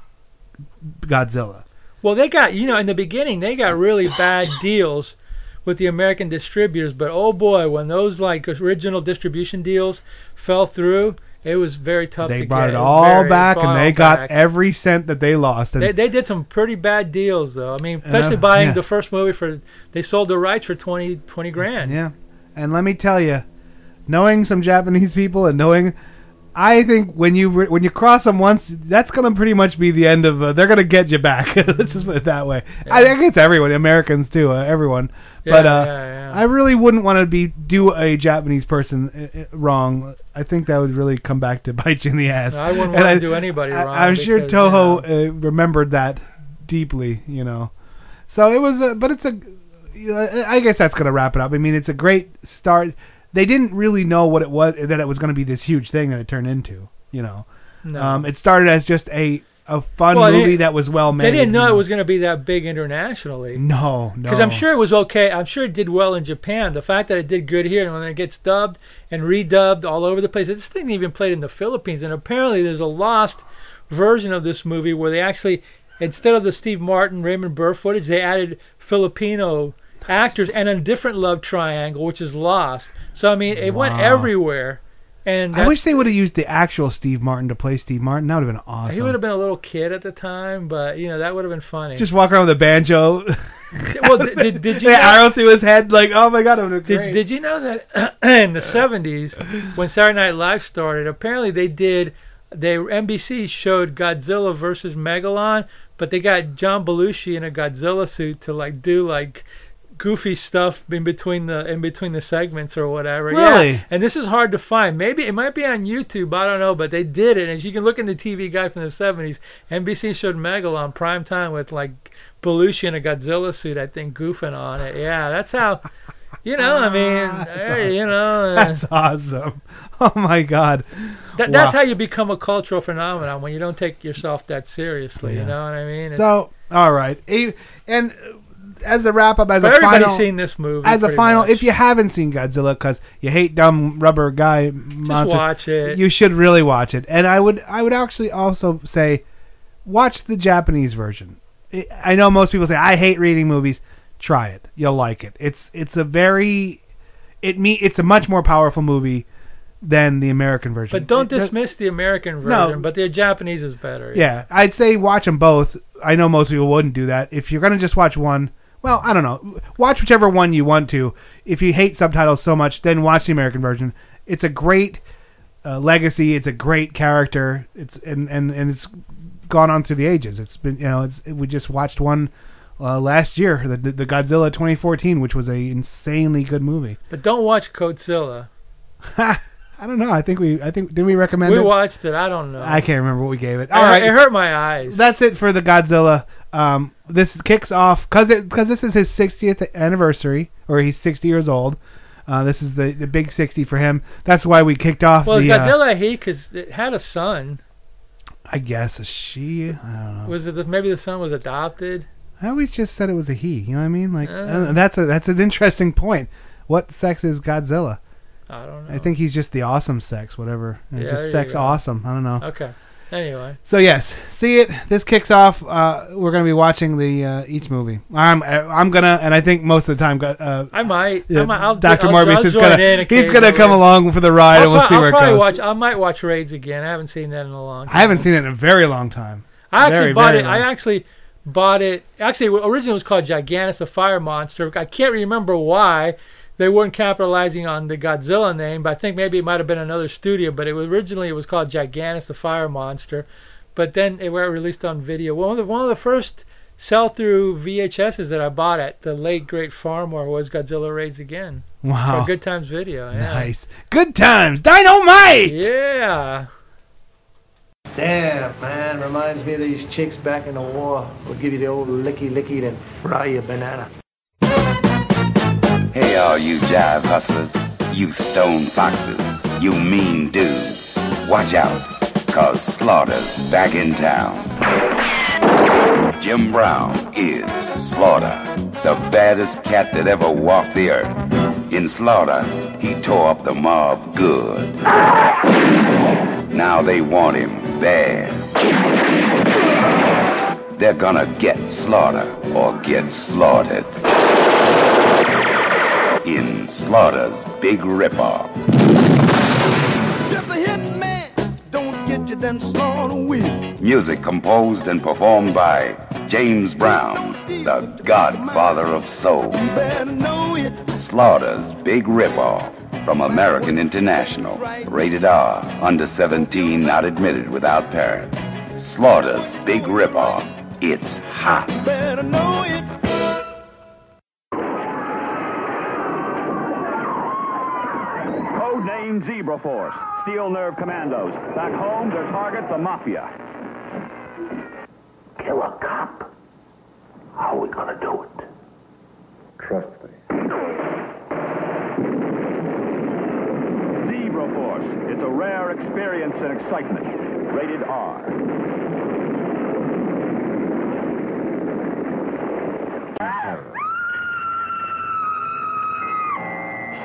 Speaker 1: Godzilla.
Speaker 2: Well, they got you know in the beginning they got really bad deals with the American distributors, but oh boy, when those like original distribution deals fell through, it was very tough.
Speaker 1: They
Speaker 2: to
Speaker 1: brought
Speaker 2: get.
Speaker 1: it
Speaker 2: was
Speaker 1: all
Speaker 2: very
Speaker 1: back
Speaker 2: far
Speaker 1: and they got
Speaker 2: back.
Speaker 1: every cent that they lost. And
Speaker 2: They, they did some pretty bad deals though. I mean, especially
Speaker 1: Uh,
Speaker 2: buying
Speaker 1: yeah.
Speaker 2: the first movie for they sold the rights for twenty twenty grand.
Speaker 1: yeah, and let me tell you, knowing some Japanese people and knowing. I think when you re- when you cross them once, that's gonna pretty much be the end of. Uh, they're gonna get you back. Let's just put it that way. I think it's everyone, Americans too, uh, everyone.
Speaker 2: Yeah,
Speaker 1: but uh,
Speaker 2: yeah, yeah.
Speaker 1: I really wouldn't want to be do a Japanese person uh, uh, wrong. I think that would really come back to bite you in the ass.
Speaker 2: I wouldn't
Speaker 1: And
Speaker 2: wanna do anybody
Speaker 1: I-
Speaker 2: wrong
Speaker 1: I'm sure
Speaker 2: because,
Speaker 1: Toho
Speaker 2: you
Speaker 1: uh, remembered that deeply, you know. So it was, a, but it's a. you know, I I guess that's gonna wrap it up. I mean, it's a great start. They didn't really know what it was that it was gonna be this huge thing that it turned into, you know.
Speaker 2: No.
Speaker 1: Um, it started as just a a fun
Speaker 2: Well, they-
Speaker 1: movie that was well made.
Speaker 2: they didn't know
Speaker 1: you
Speaker 2: it was going to be that big internationally.
Speaker 1: No, no.
Speaker 2: Because I'm sure it was okay. I'm sure it did well in Japan. The fact that it did good here, and when it gets dubbed and redubbed all over the place, this thing even played in the Philippines. And apparently, there's a lost version of this movie where they actually, instead of the Steve Martin Raymond Burr footage, they added Filipino actors and a different love triangle, which is lost. So I mean, it went
Speaker 1: Wow.
Speaker 2: everywhere. And
Speaker 1: I wish they would have used the actual Steve Martin to play Steve Martin. That would have been awesome.
Speaker 2: he would have been a little kid at the time, but you know that would have been funny.
Speaker 1: just walk around with a banjo.
Speaker 2: well, did- did- did you
Speaker 1: An
Speaker 2: know-
Speaker 1: arrow through his head? Like, oh my god, I'm gonna.
Speaker 2: Did, did you know that in the 70s, when Saturday Night Live started, apparently they did, they NBC showed Godzilla versus Megalon, But they got John Belushi in a Godzilla suit to like do like goofy stuff in between the in between the segments or whatever.
Speaker 1: Really?
Speaker 2: Yeah. And this is hard to find. Maybe it might be on YouTube. I don't know, but they did it. And you can look in the TV guide from the 70s. NBC showed Megalon prime time with like Belushi in a Godzilla suit. I think goofing on it. Yeah, that's how. You know, I mean, hey, you know, uh,
Speaker 1: Ah. That's awesome. Oh my god.
Speaker 2: that, that's
Speaker 1: Wow.
Speaker 2: how you become a cultural phenomenon when you don't take yourself that seriously.
Speaker 1: Yeah.
Speaker 2: You know what I mean? It's-
Speaker 1: So, all right. E- And uh, as a wrap up, as
Speaker 2: but
Speaker 1: a
Speaker 2: everybody's
Speaker 1: final,
Speaker 2: seen this movie.
Speaker 1: as a
Speaker 2: pretty
Speaker 1: final,
Speaker 2: much.
Speaker 1: if you haven't seen Godzilla because you hate dumb rubber guy
Speaker 2: just
Speaker 1: monsters,
Speaker 2: watch it,
Speaker 1: you should really watch it. And I would, I would actually also say, watch the Japanese version. I- I know most people say I hate reading movies. Try it, you'll like it. It's it's a very, it me, it's a much more powerful movie than the American version.
Speaker 2: but don't
Speaker 1: It- that-
Speaker 2: dismiss the American
Speaker 1: No.
Speaker 2: version. But the Japanese is better.
Speaker 1: yeah, I'd say watch them both. I know most people wouldn't do that. If you're gonna just watch one, well, I don't know. Watch whichever one you want to. If you hate subtitles so much, then watch the American version. It's a great uh, legacy. It's a great character. It's and and and it's gone on through the ages. It's been you know it's we just watched one. Uh, last year, the the Godzilla 2014, which was a insanely good movie.
Speaker 2: But don't watch Godzilla.
Speaker 1: I don't know. I think we I think did we recommend
Speaker 2: We
Speaker 1: it?
Speaker 2: watched it. I don't know.
Speaker 1: I can't remember what we gave it.
Speaker 2: It,
Speaker 1: All right,
Speaker 2: it hurt my eyes.
Speaker 1: that's it for the Godzilla. Um, this kicks off because because this is his 60th anniversary, or he's 60 years old. Uh, this is the the big 60 for him. That's why we kicked off
Speaker 2: well,
Speaker 1: the. uh,
Speaker 2: Godzilla I hate 'cause it had a son.
Speaker 1: I guess a she. I don't know.
Speaker 2: Was it the, maybe the son was adopted?
Speaker 1: I always just said it was a he. You know what I mean? Like
Speaker 2: Uh.
Speaker 1: I don't know, that's a that's an interesting point. What sex is Godzilla?
Speaker 2: I don't know.
Speaker 1: I think he's just the awesome sex, whatever.
Speaker 2: Yeah,
Speaker 1: just
Speaker 2: there you
Speaker 1: sex
Speaker 2: go.
Speaker 1: awesome. I don't know.
Speaker 2: Okay. Anyway,
Speaker 1: So yes, see it. This kicks off. Uh, we're gonna be watching the uh, each movie. I'm I'm gonna, and I think most of the time, go- uh,
Speaker 2: I might.
Speaker 1: Yeah,
Speaker 2: I might I'll,
Speaker 1: Dr.
Speaker 2: I'll,
Speaker 1: Morbius
Speaker 2: I'll
Speaker 1: is
Speaker 2: join in
Speaker 1: gonna he's gonna
Speaker 2: occasionally.
Speaker 1: come along for the ride,
Speaker 2: I'll
Speaker 1: and we'll
Speaker 2: pro-
Speaker 1: see where
Speaker 2: I'll
Speaker 1: it
Speaker 2: probably
Speaker 1: goes.
Speaker 2: watch. I might watch Raids again. I haven't seen that in a long. time.
Speaker 1: I haven't seen it in a very long time.
Speaker 2: I actually
Speaker 1: very,
Speaker 2: bought
Speaker 1: very
Speaker 2: it.
Speaker 1: long.
Speaker 2: I actually bought it. Actually, it originally was called Gigantus, the Fire Monster. I can't remember why they weren't capitalizing on the Godzilla name, but I think maybe it might have been another studio. But it was, originally it was called Gigantus, the Fire Monster. But then it was released on video. One of the one of the first sell-through VHSs that I bought at the late great Farmore was Godzilla Raids Again
Speaker 1: Wow,
Speaker 2: for Good Times Video. Yeah.
Speaker 1: nice, good times, dynamite.
Speaker 2: Yeah.
Speaker 3: Damn, man. Reminds me of these chicks back in the war. We'll give you the old licky licky, then fry your banana.
Speaker 6: Hey, all you jive hustlers, you stone foxes, you mean dudes. Watch out, cause Slaughter's back in town. Jim Brown is Slaughter, the baddest cat that ever walked the earth. In Slaughter, he tore up the mob good. Now they want him bad. They're gonna get Slaughter or get slaughtered in Slaughter's Big Ripoff.
Speaker 3: Just a hit man. Don't get you them slaughter weak.
Speaker 6: Music composed and performed by James Brown, the godfather of soul.
Speaker 3: Better know it.
Speaker 6: Slaughter's Big Ripoff from American International. Rated R, under 17, not admitted without parent. Slaughter's Big Ripoff. It's hot.
Speaker 3: Better know it.
Speaker 6: Code name Zebra Force. Steel Nerve Commandos. Back home, their target, the Mafia.
Speaker 3: Kill a cop? How are we gonna do it?
Speaker 5: Trust me.
Speaker 6: Zebra Force. It's a rare experience and excitement. Rated R.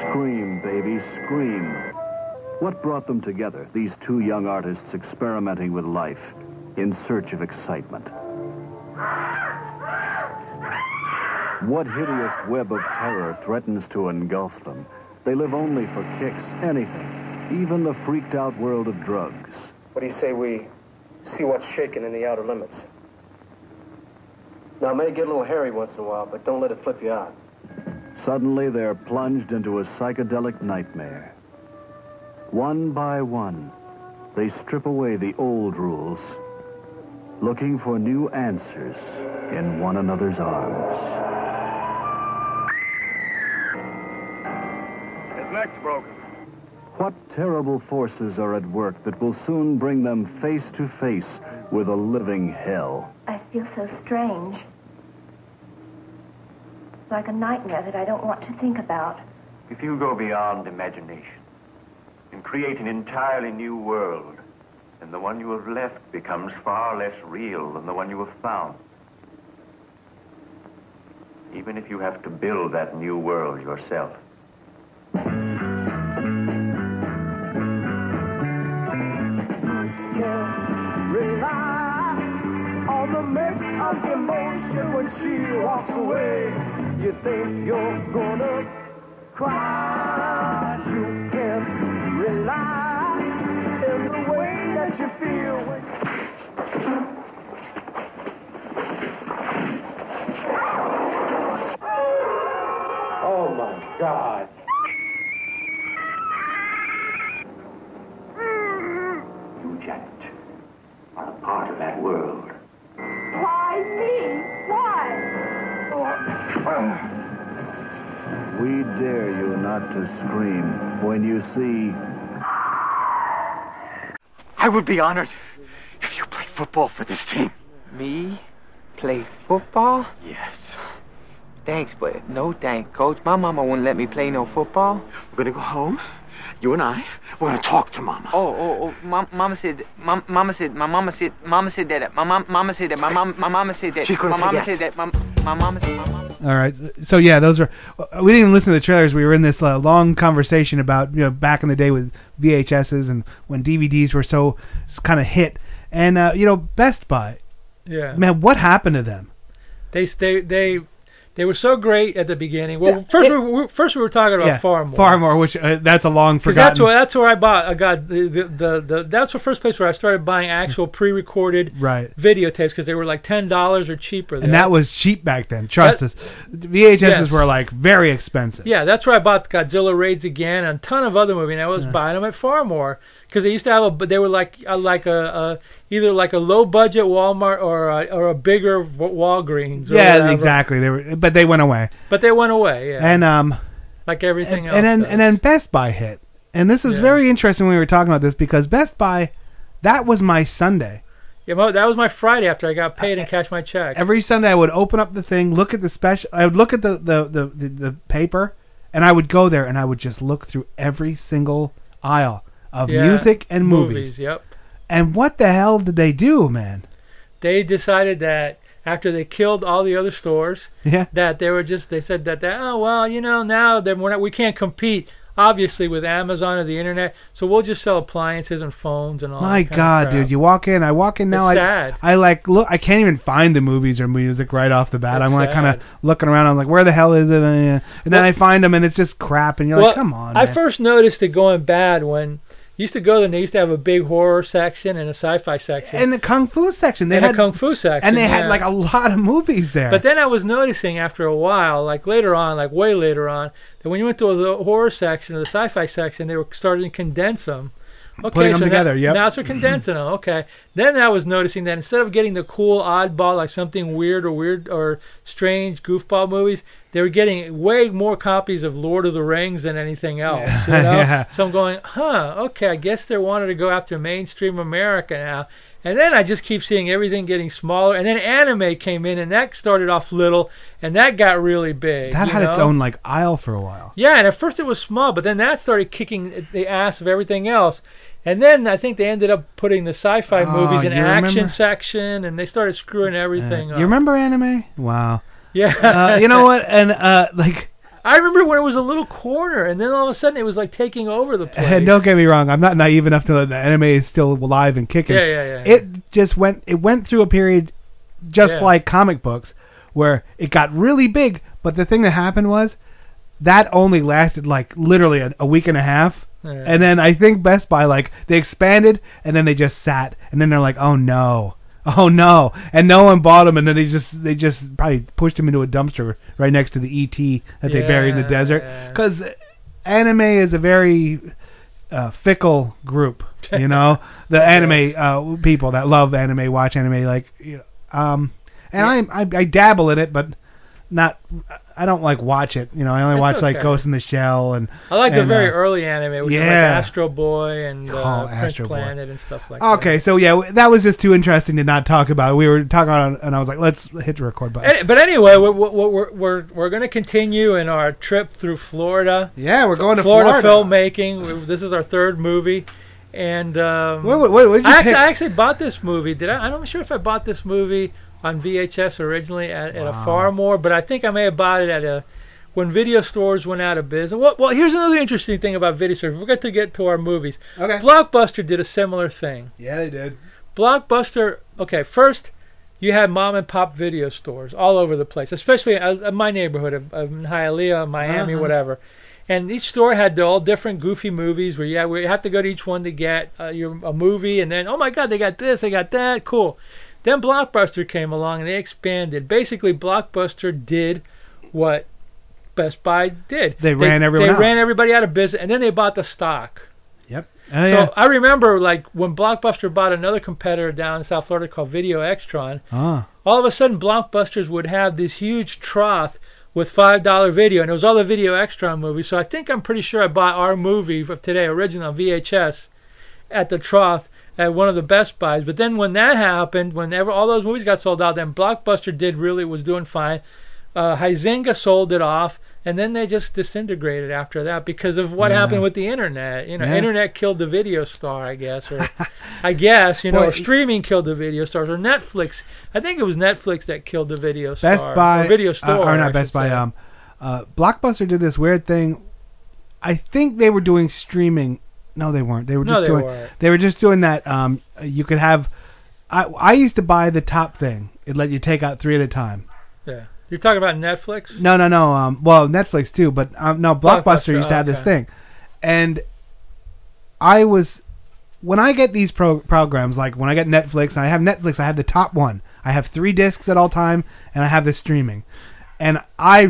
Speaker 3: Scream, baby, scream. What brought them together, these two young artists experimenting with life in search of excitement? What hideous web of terror threatens to engulf them? They live only for kicks, anything, even the freaked out world of drugs. What do you say we see what's shaking in the outer limits? Now, it may get a little hairy once in a while, but don't let it flip you out. Suddenly, they're plunged into a psychedelic nightmare. One by one, they strip away the old rules looking for new answers in one another's arms.
Speaker 8: His neck's broken.
Speaker 3: What terrible forces are at work that will soon bring them face to face with a living hell?
Speaker 9: I feel so strange. Like a nightmare that I don't want to think about.
Speaker 10: If you go beyond imagination and create an entirely new world, then the one you have left becomes far less real than the one you have found. Even if you have to build that new world yourself.
Speaker 11: Rely on the mix of emotion when she walks away. You think you're gonna cry. You can rely in the way that you feel when.
Speaker 10: Oh my God. You, Janet, are a part of that world.
Speaker 11: Why me? Why?
Speaker 3: We dare you not to scream when you see
Speaker 10: I would be honored if you played football for this team.
Speaker 12: Me? Play football?
Speaker 10: Yes.
Speaker 12: Thanks, but no thanks, coach. My mama wouldn't let me play no football.
Speaker 10: We're gonna go home. You and I, we're gonna talk to Mama.
Speaker 12: Oh, oh, oh. Mom, mama said, mom, mama said, my mama said, mama said that. My mom, mama said that. My mom, my mama said that.
Speaker 10: She couldn't
Speaker 12: my mama
Speaker 10: forget.
Speaker 12: said that. My, my mama said. My mama.
Speaker 1: All right. So yeah, those were. We didn't listen to the trailers. We were in this uh, long conversation about you know back in the day with VHSs and when DVDs were so kind of hit. And uh, you know Best Buy,
Speaker 2: Yeah.
Speaker 1: man, what happened to them?
Speaker 2: They they they they were so great at the beginning. Well, first we, we first we were talking about
Speaker 1: yeah,
Speaker 2: Farmore.
Speaker 1: Farmore, which uh, that's a long
Speaker 2: Because
Speaker 1: forgotten.
Speaker 2: that's where that's where I bought. I got the the, the the that's the first place where I started buying actual pre-recorded
Speaker 1: right.
Speaker 2: videotapes because they were like ten dollars or cheaper.
Speaker 1: And
Speaker 2: there.
Speaker 1: that was cheap back then. Trust
Speaker 2: That-
Speaker 1: us. VHSs
Speaker 2: Yes.
Speaker 1: were like very expensive.
Speaker 2: Yeah, that's where I bought Godzilla Raids Again and a ton of other movies. And I was buying them at Farmore because they used to have a, but they were like a, like a, a either like a low budget Walmart or a, or a bigger Wa- Walgreens. Or
Speaker 1: Yeah,
Speaker 2: whatever.
Speaker 1: exactly. They were, but they went away.
Speaker 2: But they went away. Yeah,
Speaker 1: And um,
Speaker 2: like everything else. uh,
Speaker 1: and then and then
Speaker 2: does.
Speaker 1: Best Buy hit, and this is
Speaker 2: Yeah.
Speaker 1: very interesting when we were talking about this because Best Buy, that was my Sunday.
Speaker 2: yeah, mo- that was my Friday after I got paid and cashed my check.
Speaker 1: Uh, every Sunday I would open up the thing, look at the special, I would look at the the the, the, the paper, and I would go there and I would just look through every single aisle of
Speaker 2: Yeah,
Speaker 1: music and movies.
Speaker 2: Yep.
Speaker 1: And what the hell did they do, man?
Speaker 2: They decided that after they killed all the other stores,
Speaker 1: Yeah.
Speaker 2: that they were just they said that they, oh well you know now that we're not we can't compete obviously with Amazon or the internet so we'll just sell appliances and phones and all.
Speaker 1: My
Speaker 2: that kind
Speaker 1: God,
Speaker 2: of crap.
Speaker 1: dude! You walk in, I walk in now.
Speaker 2: Oh, It's
Speaker 1: I
Speaker 2: sad.
Speaker 1: I like look. I can't even find the movies or music right off the bat.
Speaker 2: It's
Speaker 1: I'm like kind of
Speaker 2: sad.
Speaker 1: looking around. I'm like, where the hell is it? And then I find them, and it's just crap. And you're
Speaker 2: well,
Speaker 1: like, come on.
Speaker 2: I
Speaker 1: man.
Speaker 2: first noticed it going bad when you used to go there. and They used to have a big horror section and a sci-fi section
Speaker 1: in the kung fu section, they
Speaker 2: and
Speaker 1: had
Speaker 2: a kung fu section.
Speaker 1: and they
Speaker 2: yeah.
Speaker 1: had like a lot of movies there.
Speaker 2: But then I was noticing after a while, like later on, like way later on, that when you went to the horror section or the sci-fi section, they were starting to condense them. Okay,
Speaker 1: Putting 'em
Speaker 2: so
Speaker 1: together,
Speaker 2: Now,
Speaker 1: yep.
Speaker 2: Now they're condensing them. Okay. Then I was noticing that instead of getting the cool oddball, like something weird or weird or strange goofball movies, they were getting way more copies of Lord of the Rings than anything else.
Speaker 1: Yeah.
Speaker 2: You know?
Speaker 1: Yeah.
Speaker 2: So I'm going, huh? Okay, I guess they wanted to go after mainstream America now. And then I just keep seeing everything getting smaller. And then anime came in, and that started off little, and that got really big.
Speaker 1: that
Speaker 2: you
Speaker 1: had its
Speaker 2: know?
Speaker 1: own like aisle for a while.
Speaker 2: Yeah, and at first it was small, but then that started kicking the ass of everything else. And then I think they ended up putting the sci-fi
Speaker 1: Oh,
Speaker 2: movies in
Speaker 1: you
Speaker 2: action
Speaker 1: remember?
Speaker 2: section, and they started screwing everything
Speaker 1: Uh,
Speaker 2: up.
Speaker 1: you remember anime? Wow.
Speaker 2: Yeah.
Speaker 1: Uh, you know what? And uh, like,
Speaker 2: I remember when it was a little corner, and then all of a sudden it was like taking over the place.
Speaker 1: and don't get me wrong, I'm not naive enough to know that anime is still alive and kicking.
Speaker 2: Yeah, yeah, yeah, yeah.
Speaker 1: It just went. It went through a period, just
Speaker 2: Yeah.
Speaker 1: like comic books, where it got really big. But the thing that happened was that only lasted like literally a, a week and a half.
Speaker 2: Yeah.
Speaker 1: And then I think Best Buy like they expanded, and then they just sat, and then they're like, oh no. Oh no! And no one bought them, and then they just they just probably pushed them into a dumpster right next to E the ET that they buried in the desert.
Speaker 2: Yeah.
Speaker 1: Because anime is a very uh, fickle group. You know, the anime uh, people that love anime, watch anime, like, you know, um, and I, I I dabble in it, but not. I don't like watch it. You know, I only
Speaker 2: It's
Speaker 1: watch like
Speaker 2: okay.
Speaker 1: Ghost in the Shell and.
Speaker 2: I like the
Speaker 1: and,
Speaker 2: very
Speaker 1: uh,
Speaker 2: early anime, which
Speaker 1: yeah.
Speaker 2: is like Astro Boy and uh,
Speaker 1: Oh,
Speaker 2: Prince
Speaker 1: Astro Boy.
Speaker 2: Planet and stuff like that.
Speaker 1: Okay, so yeah, w- that was just too interesting to not talk about. We were talking about, it, and I was like, let's hit the record button.
Speaker 2: Any- But anyway, we're we're we're, we're, we're going to continue in our trip through Florida.
Speaker 1: Yeah, we're going to
Speaker 2: Florida,
Speaker 1: Florida.
Speaker 2: filmmaking. We- This is our third movie, and um,
Speaker 1: What- what- what did you
Speaker 2: I, actually,
Speaker 1: pick?
Speaker 2: I actually bought this movie. Did I? I'm not sure if I bought this movie on VHS originally at, at a
Speaker 13: Wow.
Speaker 2: Farmore, but I think I may have bought it at a when video stores went out of business. Well, well here's another interesting thing about video stores. We're going to get to our movies.
Speaker 1: Okay.
Speaker 2: Blockbuster did a similar thing.
Speaker 1: Yeah, they did.
Speaker 2: Blockbuster. Okay, first you had mom and pop video stores all over the place, especially uh, in my neighborhood of, of in Hialeah, Miami,
Speaker 13: Uh-huh.
Speaker 2: whatever. And each store had all different goofy movies where you had, where you have to go to each one to get uh, your a movie, and then oh my God, they got this, they got that, cool. Then Blockbuster came along and they expanded. Basically, Blockbuster did what Best Buy did.
Speaker 1: They ran everyone
Speaker 2: They
Speaker 1: out.
Speaker 2: ran everybody out of business, and then they bought the stock.
Speaker 1: Yep.
Speaker 2: so
Speaker 1: Oh, yeah.
Speaker 2: I remember like when Blockbuster bought another competitor down in South Florida called Video Extron.
Speaker 1: Ah.
Speaker 2: All of a sudden, Blockbusters would have this huge trough with five dollar video, and it was all the video extra movies. So I think I'm pretty sure I bought our movie of today, original on VHS, at the trough at one of the Best Buys. But then when that happened, whenever all those movies got sold out, then Blockbuster did really was doing fine. Uh, Huizinga sold it off, and then they just disintegrated after that because of what
Speaker 13: Yeah.
Speaker 2: happened with the internet. You know,
Speaker 13: Yeah.
Speaker 2: internet killed the video star, I guess, or I guess you know,
Speaker 1: Well,
Speaker 2: or streaming killed the video stars, or Netflix. I think it was Netflix that killed the video star.
Speaker 1: Best Buy
Speaker 2: or video
Speaker 1: uh,
Speaker 2: store,
Speaker 1: or
Speaker 2: I
Speaker 1: not
Speaker 2: should
Speaker 1: Best Buy.
Speaker 2: say.
Speaker 1: Um, uh, Blockbuster did this weird thing. I think they were doing streaming. No, they weren't. They were
Speaker 2: No,
Speaker 1: just
Speaker 2: they
Speaker 1: doing.
Speaker 2: weren't.
Speaker 1: They were just doing that. Um, you could have. I I used to buy the top thing. It let you take out three at a time.
Speaker 2: Yeah, you're talking about Netflix.
Speaker 1: No, no, no. Um, well, Netflix too, but um, no, Blockbuster,
Speaker 2: Blockbuster,
Speaker 1: used to have
Speaker 2: okay.
Speaker 1: this thing, and I was when I get these pro- programs, like when I get Netflix, and I have Netflix, I have the top one. I have three discs at all time, and I have the streaming, and I,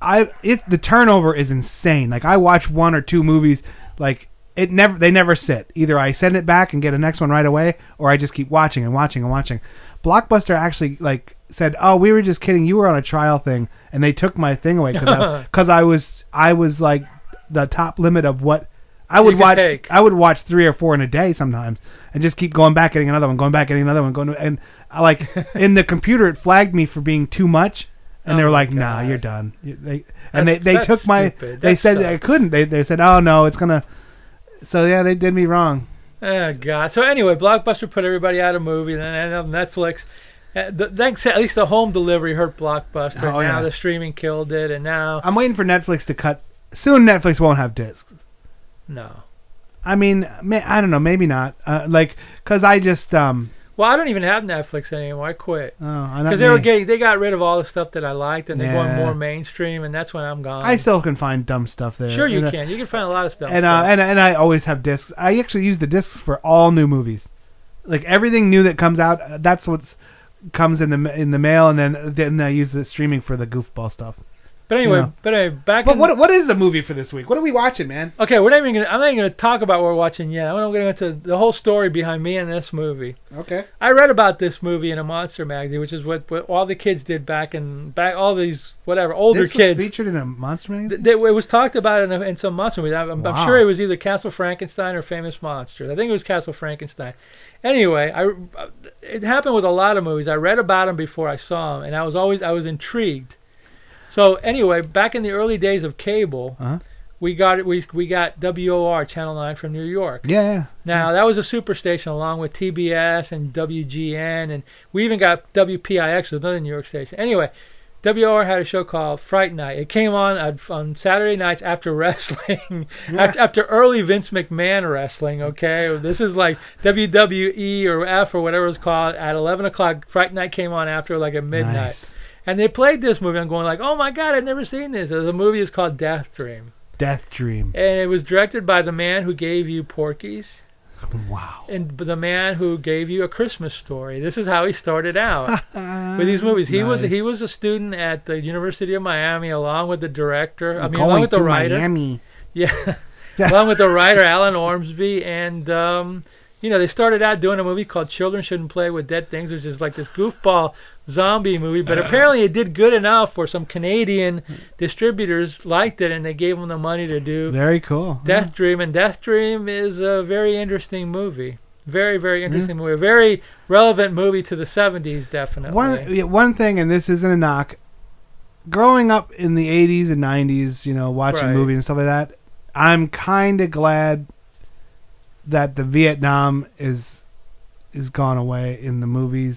Speaker 1: I, it the turnover is insane. Like I watch one or two movies, like it never they never sit. Either I send it back and get the next one right away, or I just keep watching and watching and watching. Blockbuster actually like said, "Oh, we were just kidding. You were on a trial thing, and they took my thing away because I, was I was like the top limit of what I
Speaker 2: You
Speaker 1: would
Speaker 2: could
Speaker 1: watch.
Speaker 2: take.
Speaker 1: I would watch three or four in a day sometimes, and just keep going back, getting another one, going back, getting another one, going to, and I like in the computer it flagged me for being too much, and they were like, "Nah, you're done." You- They, and they
Speaker 2: Oh That's-
Speaker 1: they
Speaker 2: that's
Speaker 1: took my
Speaker 2: stupid.
Speaker 1: they
Speaker 2: That
Speaker 1: said I
Speaker 2: sucks.
Speaker 1: couldn't. They they said, "Oh no, it's gonna." So yeah, they did me wrong.
Speaker 2: Oh God! So anyway, Blockbuster put everybody out of movie, then ended up Netflix. Uh, the, thanks, at least the home delivery hurt Blockbuster.
Speaker 1: Oh,
Speaker 2: now
Speaker 1: yeah. Uh,
Speaker 2: the streaming killed it, and now
Speaker 1: I'm waiting for Netflix to cut. Soon Netflix won't have discs.
Speaker 2: no.
Speaker 1: I mean, may, I don't know, maybe not. Uh, like, cause I just um.
Speaker 2: Well, I don't even have Netflix anymore. I quit
Speaker 1: Oh, not
Speaker 2: because they were
Speaker 1: me.
Speaker 2: getting they got rid of all the stuff that I liked, and they're going
Speaker 1: Yeah.
Speaker 2: more mainstream, and that's when I'm gone.
Speaker 1: I still can find dumb stuff there.
Speaker 2: sure you
Speaker 1: And, uh,
Speaker 2: can. You can find a lot of stuff.
Speaker 1: And uh, and and I always have discs. I actually use the discs for all new movies. Like everything new that comes out, uh, that's what's comes in the ma- in the mail, and then then I use the streaming for the goofball stuff.
Speaker 2: but anyway,
Speaker 1: you know.
Speaker 2: but anyway, back.
Speaker 1: But
Speaker 2: in-
Speaker 1: what what is the movie for this week? What are we watching, man?
Speaker 2: Okay, we're not even gonna, I'm not even going to talk about what we're watching yet. I'm going to go into the whole story behind me and this movie.
Speaker 1: Okay.
Speaker 2: I read about this movie in a monster magazine, which is what, what all the kids did back in back all these whatever older
Speaker 1: This was
Speaker 2: kids.
Speaker 1: featured in a monster magazine.
Speaker 2: Th- th- it was talked about in, a, in some monster movie. I'm, I'm- I'm
Speaker 1: Wow.
Speaker 2: sure it was either Castle Frankenstein or Famous Monsters. I think it was Castle Frankenstein. Anyway, I uh, it happened with a lot of movies. I read about them before I saw them, and I was always I was intrigued. So anyway, back in the early days of cable,
Speaker 1: Uh-huh.
Speaker 2: we got we we got WOR Channel 9 from New York.
Speaker 1: Yeah, yeah.
Speaker 2: Now that was a superstation along with TBS and WGN, and we even got WPIX, another New York station. Anyway, WR had a show called Fright Night. It came on on, on Saturday nights after wrestling, after, after early Vince McMahon wrestling. Okay, this is like WWE or F or whatever it's called. At 11 o'clock, Fright Night came on after like at midnight, and they played this movie. I'm going like, oh my god, I've never seen this. The movie is called Death Dream.
Speaker 1: Death Dream.
Speaker 2: And it was directed by the man who gave you Porky's.
Speaker 1: Wow.
Speaker 2: And b- the man who gave you A Christmas Story. This is how he started out with these movies. He was
Speaker 1: Nice.
Speaker 2: he was a student at the University of Miami along with the director. I mean,
Speaker 1: Going
Speaker 2: along with the
Speaker 1: to
Speaker 2: writer.
Speaker 1: Miami.
Speaker 2: Yeah. along with the writer Alan Ormsby, and um, you know they started out doing a movie called Children Shouldn't Play with Dead Things, which is like this goofball zombie movie. But apparently it did good enough where some Canadian distributors liked it, and they gave them the money to do
Speaker 1: Very cool.
Speaker 2: Death Dream, and Death Dream is a very interesting movie. Very, very
Speaker 1: Mm-hmm.
Speaker 2: interesting movie. A very relevant movie to the 70s, definitely.
Speaker 1: One yeah, one thing, and this isn't a knock. Growing up in the 80s and 90s, you know, watching
Speaker 2: Right.
Speaker 1: movies and stuff like that, I'm kind of glad that the Vietnam is is gone away in the movies.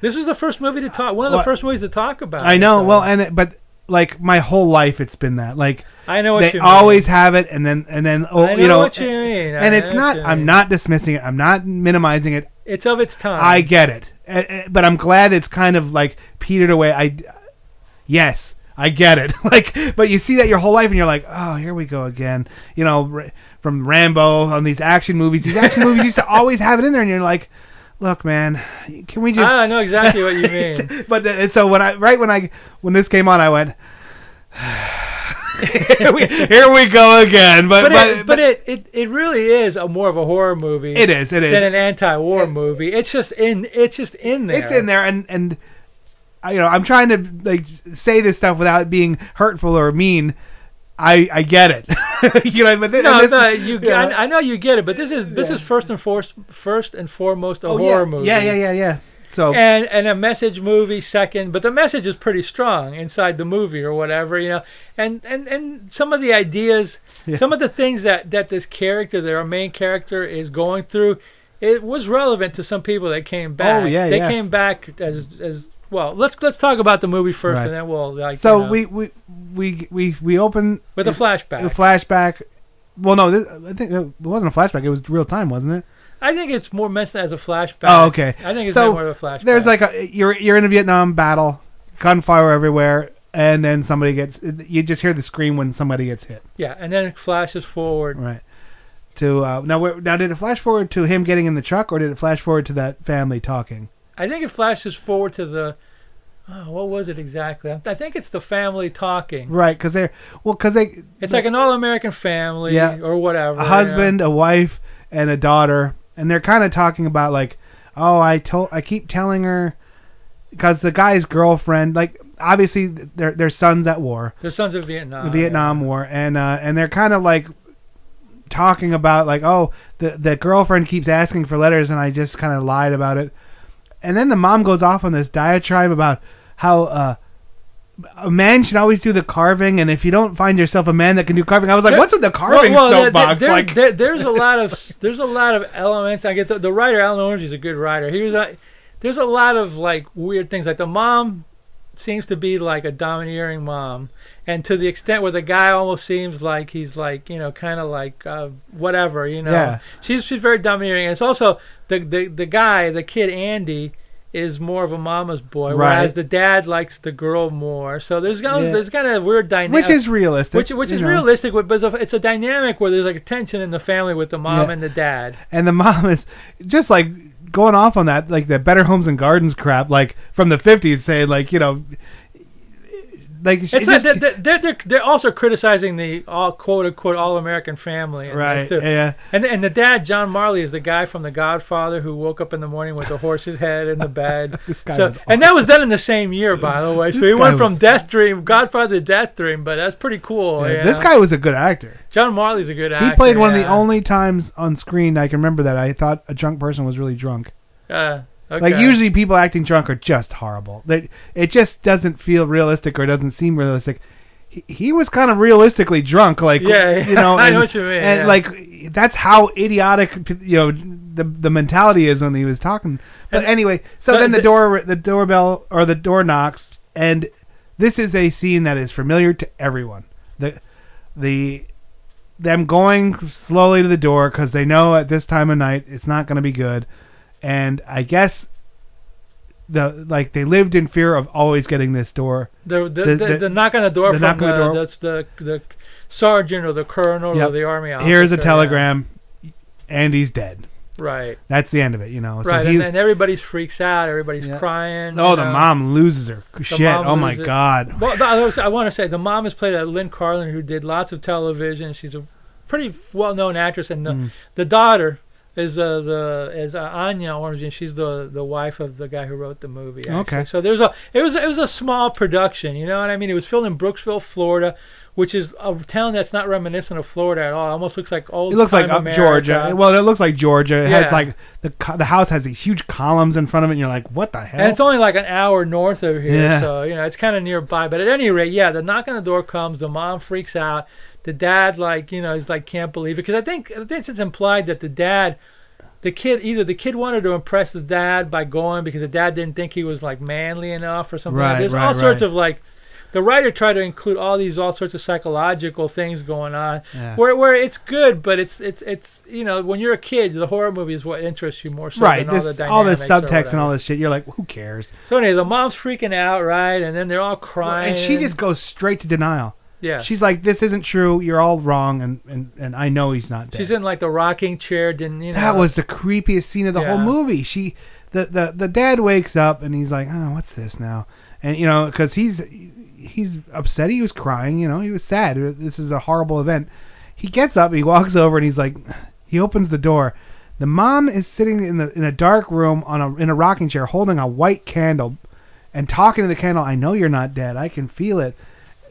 Speaker 2: This was the first movie to talk. One of the
Speaker 1: What-
Speaker 2: first movies to talk about.
Speaker 1: I
Speaker 2: it,
Speaker 1: know.
Speaker 2: though.
Speaker 1: Well, and it, but like my whole life, it's been that. Like
Speaker 2: I know what
Speaker 1: they
Speaker 2: you mean.
Speaker 1: always have it, and then and then oh,
Speaker 2: I
Speaker 1: you
Speaker 2: know
Speaker 1: know,
Speaker 2: what you mean.
Speaker 1: and
Speaker 2: I
Speaker 1: it's
Speaker 2: know what
Speaker 1: not.
Speaker 2: you
Speaker 1: I'm
Speaker 2: mean.
Speaker 1: not dismissing it. I'm not minimizing it.
Speaker 2: It's of its time.
Speaker 1: I get it, Eh, eh, but I'm glad it's kind of like petered away. I, yes, I get it. Like, but you see that your whole life, and you're like, oh, here we go again. You know, r- from Rambo on these action movies. These action movies used to always have it in there, and you're like, look, man, can we just?
Speaker 2: Ah, I know exactly what you mean.
Speaker 1: but the, so when I right when I when this came on, I went. here, we, here we go again. But
Speaker 2: but, it,
Speaker 1: but,
Speaker 2: but it, it it really is a more of a horror movie.
Speaker 1: It is, it is.
Speaker 2: than an anti-war movie. It's just in it's just in there.
Speaker 1: It's in there, and and I- you know I'm trying to like say this stuff without being hurtful or mean. I I get it. you know, but thi-
Speaker 2: No,
Speaker 1: this,
Speaker 2: no, you.
Speaker 1: know,
Speaker 2: I, I know you get it, but this is this
Speaker 1: Yeah.
Speaker 2: is first and first first and foremost a
Speaker 1: oh,
Speaker 2: horror
Speaker 1: yeah,
Speaker 2: movie.
Speaker 1: Yeah, yeah, yeah, yeah. So
Speaker 2: and and a message movie second, but the message is pretty strong inside the movie or whatever, you know. And and and some of the ideas, some of the things that that this character, that our main character, is going through, it was relevant to some people that came back.
Speaker 1: Oh, yeah,
Speaker 2: they
Speaker 1: yeah.
Speaker 2: came back as as well. Let's let's talk about the movie first,
Speaker 1: Right.
Speaker 2: and then we'll like.
Speaker 1: so
Speaker 2: you know,
Speaker 1: we we we we we open
Speaker 2: with a flashback.
Speaker 1: a flashback. Well, no, this, I think it wasn't a flashback. It was real time, wasn't it?
Speaker 2: I think it's more meant as a flashback.
Speaker 1: Oh, okay.
Speaker 2: I think it's
Speaker 1: So,
Speaker 2: more of a flashback.
Speaker 1: There's like a you're you're in a Vietnam battle, gunfire everywhere, and then somebody gets. You just hear the scream when somebody gets hit.
Speaker 2: yeah, and then it flashes forward.
Speaker 1: Right. To uh, now, where, now did it flash forward to him getting in the truck, or did it flash forward to that family talking?
Speaker 2: I think it flashes forward to the. Oh, what was it exactly? I I think it's the family talking.
Speaker 1: Right, because they're well, because they
Speaker 2: It's like an all-American family
Speaker 1: Yeah.
Speaker 2: or whatever.
Speaker 1: a
Speaker 2: you
Speaker 1: husband,
Speaker 2: know.
Speaker 1: a wife, and a daughter, and they're kind of talking about like, oh, I told, I keep telling her, because the guy's girlfriend, like, obviously th- their their son's at war,
Speaker 2: Their sons of
Speaker 1: the
Speaker 2: Vietnam.
Speaker 1: Vietnam War, and uh, and they're kind of like talking about like, oh, the the girlfriend keeps asking for letters, and I just kind of lied about it. And then the mom goes off on this diatribe about how uh, a man should always do the carving, and if you don't find yourself a man that can do carving, I was like,
Speaker 2: There-
Speaker 1: what's with the carving
Speaker 2: well, well, there-
Speaker 1: soapbox?
Speaker 2: there-
Speaker 1: like,
Speaker 2: there- there's a lot of there's a lot of elements. I get the, the writer Alan Orange is a good writer. He was a, there's a lot of like weird things. Like the mom seems to be like a domineering mom, and to the extent where the guy almost seems like he's like you know kind of like uh, whatever you know.
Speaker 1: Yeah.
Speaker 2: She's she's very domineering. And it's also the the the guy, the kid Andy. Is more of a mama's boy, whereas
Speaker 1: Right.
Speaker 2: the dad likes the girl more. So there's kind of,
Speaker 1: Yeah.
Speaker 2: there's kind of weird dynamic,
Speaker 1: which is realistic,
Speaker 2: which which
Speaker 1: you
Speaker 2: is
Speaker 1: know.
Speaker 2: realistic, but it's a, it's a dynamic where there's like a tension in the family with the mom
Speaker 1: Yeah.
Speaker 2: and the dad.
Speaker 1: And the mom is just like going off on that, like the Better Homes and Gardens crap, like from the fifties, saying like, you know, like she-
Speaker 2: It's not,
Speaker 1: just-
Speaker 2: they're, they're, they're, they're also criticizing the all quote unquote all American family. in this,
Speaker 1: right,
Speaker 2: too.
Speaker 1: yeah.
Speaker 2: And and the dad, John Marley, is the guy from The Godfather who woke up in the morning with a horse's head in the bed.
Speaker 1: This guy
Speaker 2: so,
Speaker 1: was
Speaker 2: and that was done in the same year, by the way. So
Speaker 1: This
Speaker 2: he went
Speaker 1: guy
Speaker 2: from
Speaker 1: was-
Speaker 2: Death Dream, Godfather to Death Dream, but that's pretty cool.
Speaker 1: Yeah,
Speaker 2: you
Speaker 1: This
Speaker 2: know.
Speaker 1: guy was a good actor.
Speaker 2: John Marley's a good Oh, actor.
Speaker 1: He played one of the
Speaker 2: yeah.
Speaker 1: only times on screen I can remember that I thought a drunk person was really drunk.
Speaker 2: Uh, okay.
Speaker 1: Like usually people acting drunk are just horrible. They, it just doesn't feel realistic or doesn't seem realistic. He, he was kind of realistically drunk, like
Speaker 2: Yeah,
Speaker 1: you know,
Speaker 2: I
Speaker 1: and,
Speaker 2: know what you mean,
Speaker 1: and
Speaker 2: yeah.
Speaker 1: like that's how idiotic you know the the mentality is when he was talking. But
Speaker 2: And-
Speaker 1: anyway, so
Speaker 2: but
Speaker 1: then the,
Speaker 2: the-
Speaker 1: door the doorbell or the door knocks, and this is a scene that is familiar to everyone. The the them going slowly to the door because they know at this time of night it's not going to be good, and I guess the like they lived in fear of always getting this door.
Speaker 2: The the,
Speaker 1: The-
Speaker 2: the,
Speaker 1: the-
Speaker 2: the knock on the door
Speaker 1: the
Speaker 2: from
Speaker 1: knock on the door.
Speaker 2: that's the the sergeant or the colonel
Speaker 1: Yep.
Speaker 2: or the army officer.
Speaker 1: Here's a
Speaker 2: yeah.
Speaker 1: telegram. Andy's dead.
Speaker 2: Right.
Speaker 1: That's the end of it, you know. So
Speaker 2: right,
Speaker 1: he-
Speaker 2: and then everybody's freaks out. Everybody's crying.
Speaker 1: oh,
Speaker 2: you
Speaker 1: the
Speaker 2: know.
Speaker 1: mom loses her
Speaker 2: The
Speaker 1: shit.
Speaker 2: mom
Speaker 1: Oh my
Speaker 2: loses-
Speaker 1: god.
Speaker 2: Well, the, I was- I want to say the mom is played by Lynn Carlin, who did lots of television. She's a pretty well-known actress, and the
Speaker 1: Hmm.
Speaker 2: the daughter is uh, the is uh, Anya Orange, and she's the the wife of the guy who wrote the movie. actually.
Speaker 1: Okay.
Speaker 2: So there's a it was it was a small production, you know what I mean? It was filmed in Brooksville, Florida, which is a town that's not reminiscent of Florida at all. It almost looks like old.
Speaker 1: It looks like
Speaker 2: time
Speaker 1: up
Speaker 2: America.
Speaker 1: Georgia. Well, it looks like Georgia. It
Speaker 2: Yeah.
Speaker 1: has like the co- the house has these huge columns in front of it, and you're like, what the hell?
Speaker 2: And it's only like an hour north of here,
Speaker 1: Yeah.
Speaker 2: so you know it's kind of nearby. But at any rate, yeah, the knock on the door comes. The mom freaks out. The dad, like you know, is like can't believe it because I think I think it's implied that the dad, the kid, either the kid wanted to impress the dad by going because the dad didn't think he was like manly enough or something. like
Speaker 1: Right,
Speaker 2: that. There's
Speaker 1: right,
Speaker 2: all sorts
Speaker 1: right.
Speaker 2: of like. The writer tried to include all these all sorts of psychological things going on,
Speaker 1: Yeah.
Speaker 2: where where it's good, but it's it's it's you know when you're a kid, the horror movie is what interests you more so
Speaker 1: right.
Speaker 2: than all
Speaker 1: This,
Speaker 2: the
Speaker 1: all this
Speaker 2: dynamics or
Speaker 1: subtext and
Speaker 2: whatever.
Speaker 1: all this shit. You're like, who cares?
Speaker 2: So anyway, the mom's freaking out, right? And then they're all crying.
Speaker 1: And she just goes straight to denial.
Speaker 2: yeah.
Speaker 1: She's like, this isn't true. You're all wrong, and and and I know he's not dead.
Speaker 2: she's in like the rocking chair. Didn't you know?
Speaker 1: That was the creepiest scene of the whole
Speaker 2: Yeah.
Speaker 1: movie. She, the the the dad wakes up and he's like, oh, what's this now? And you know, because he's he's upset. He was crying. You know, he was sad. This is a horrible event. He gets up. He walks over and he's like, he opens the door. The mom is sitting in the in a dark room on a in a rocking chair, holding a white candle, and talking to the candle. I know you're not dead. I can feel it.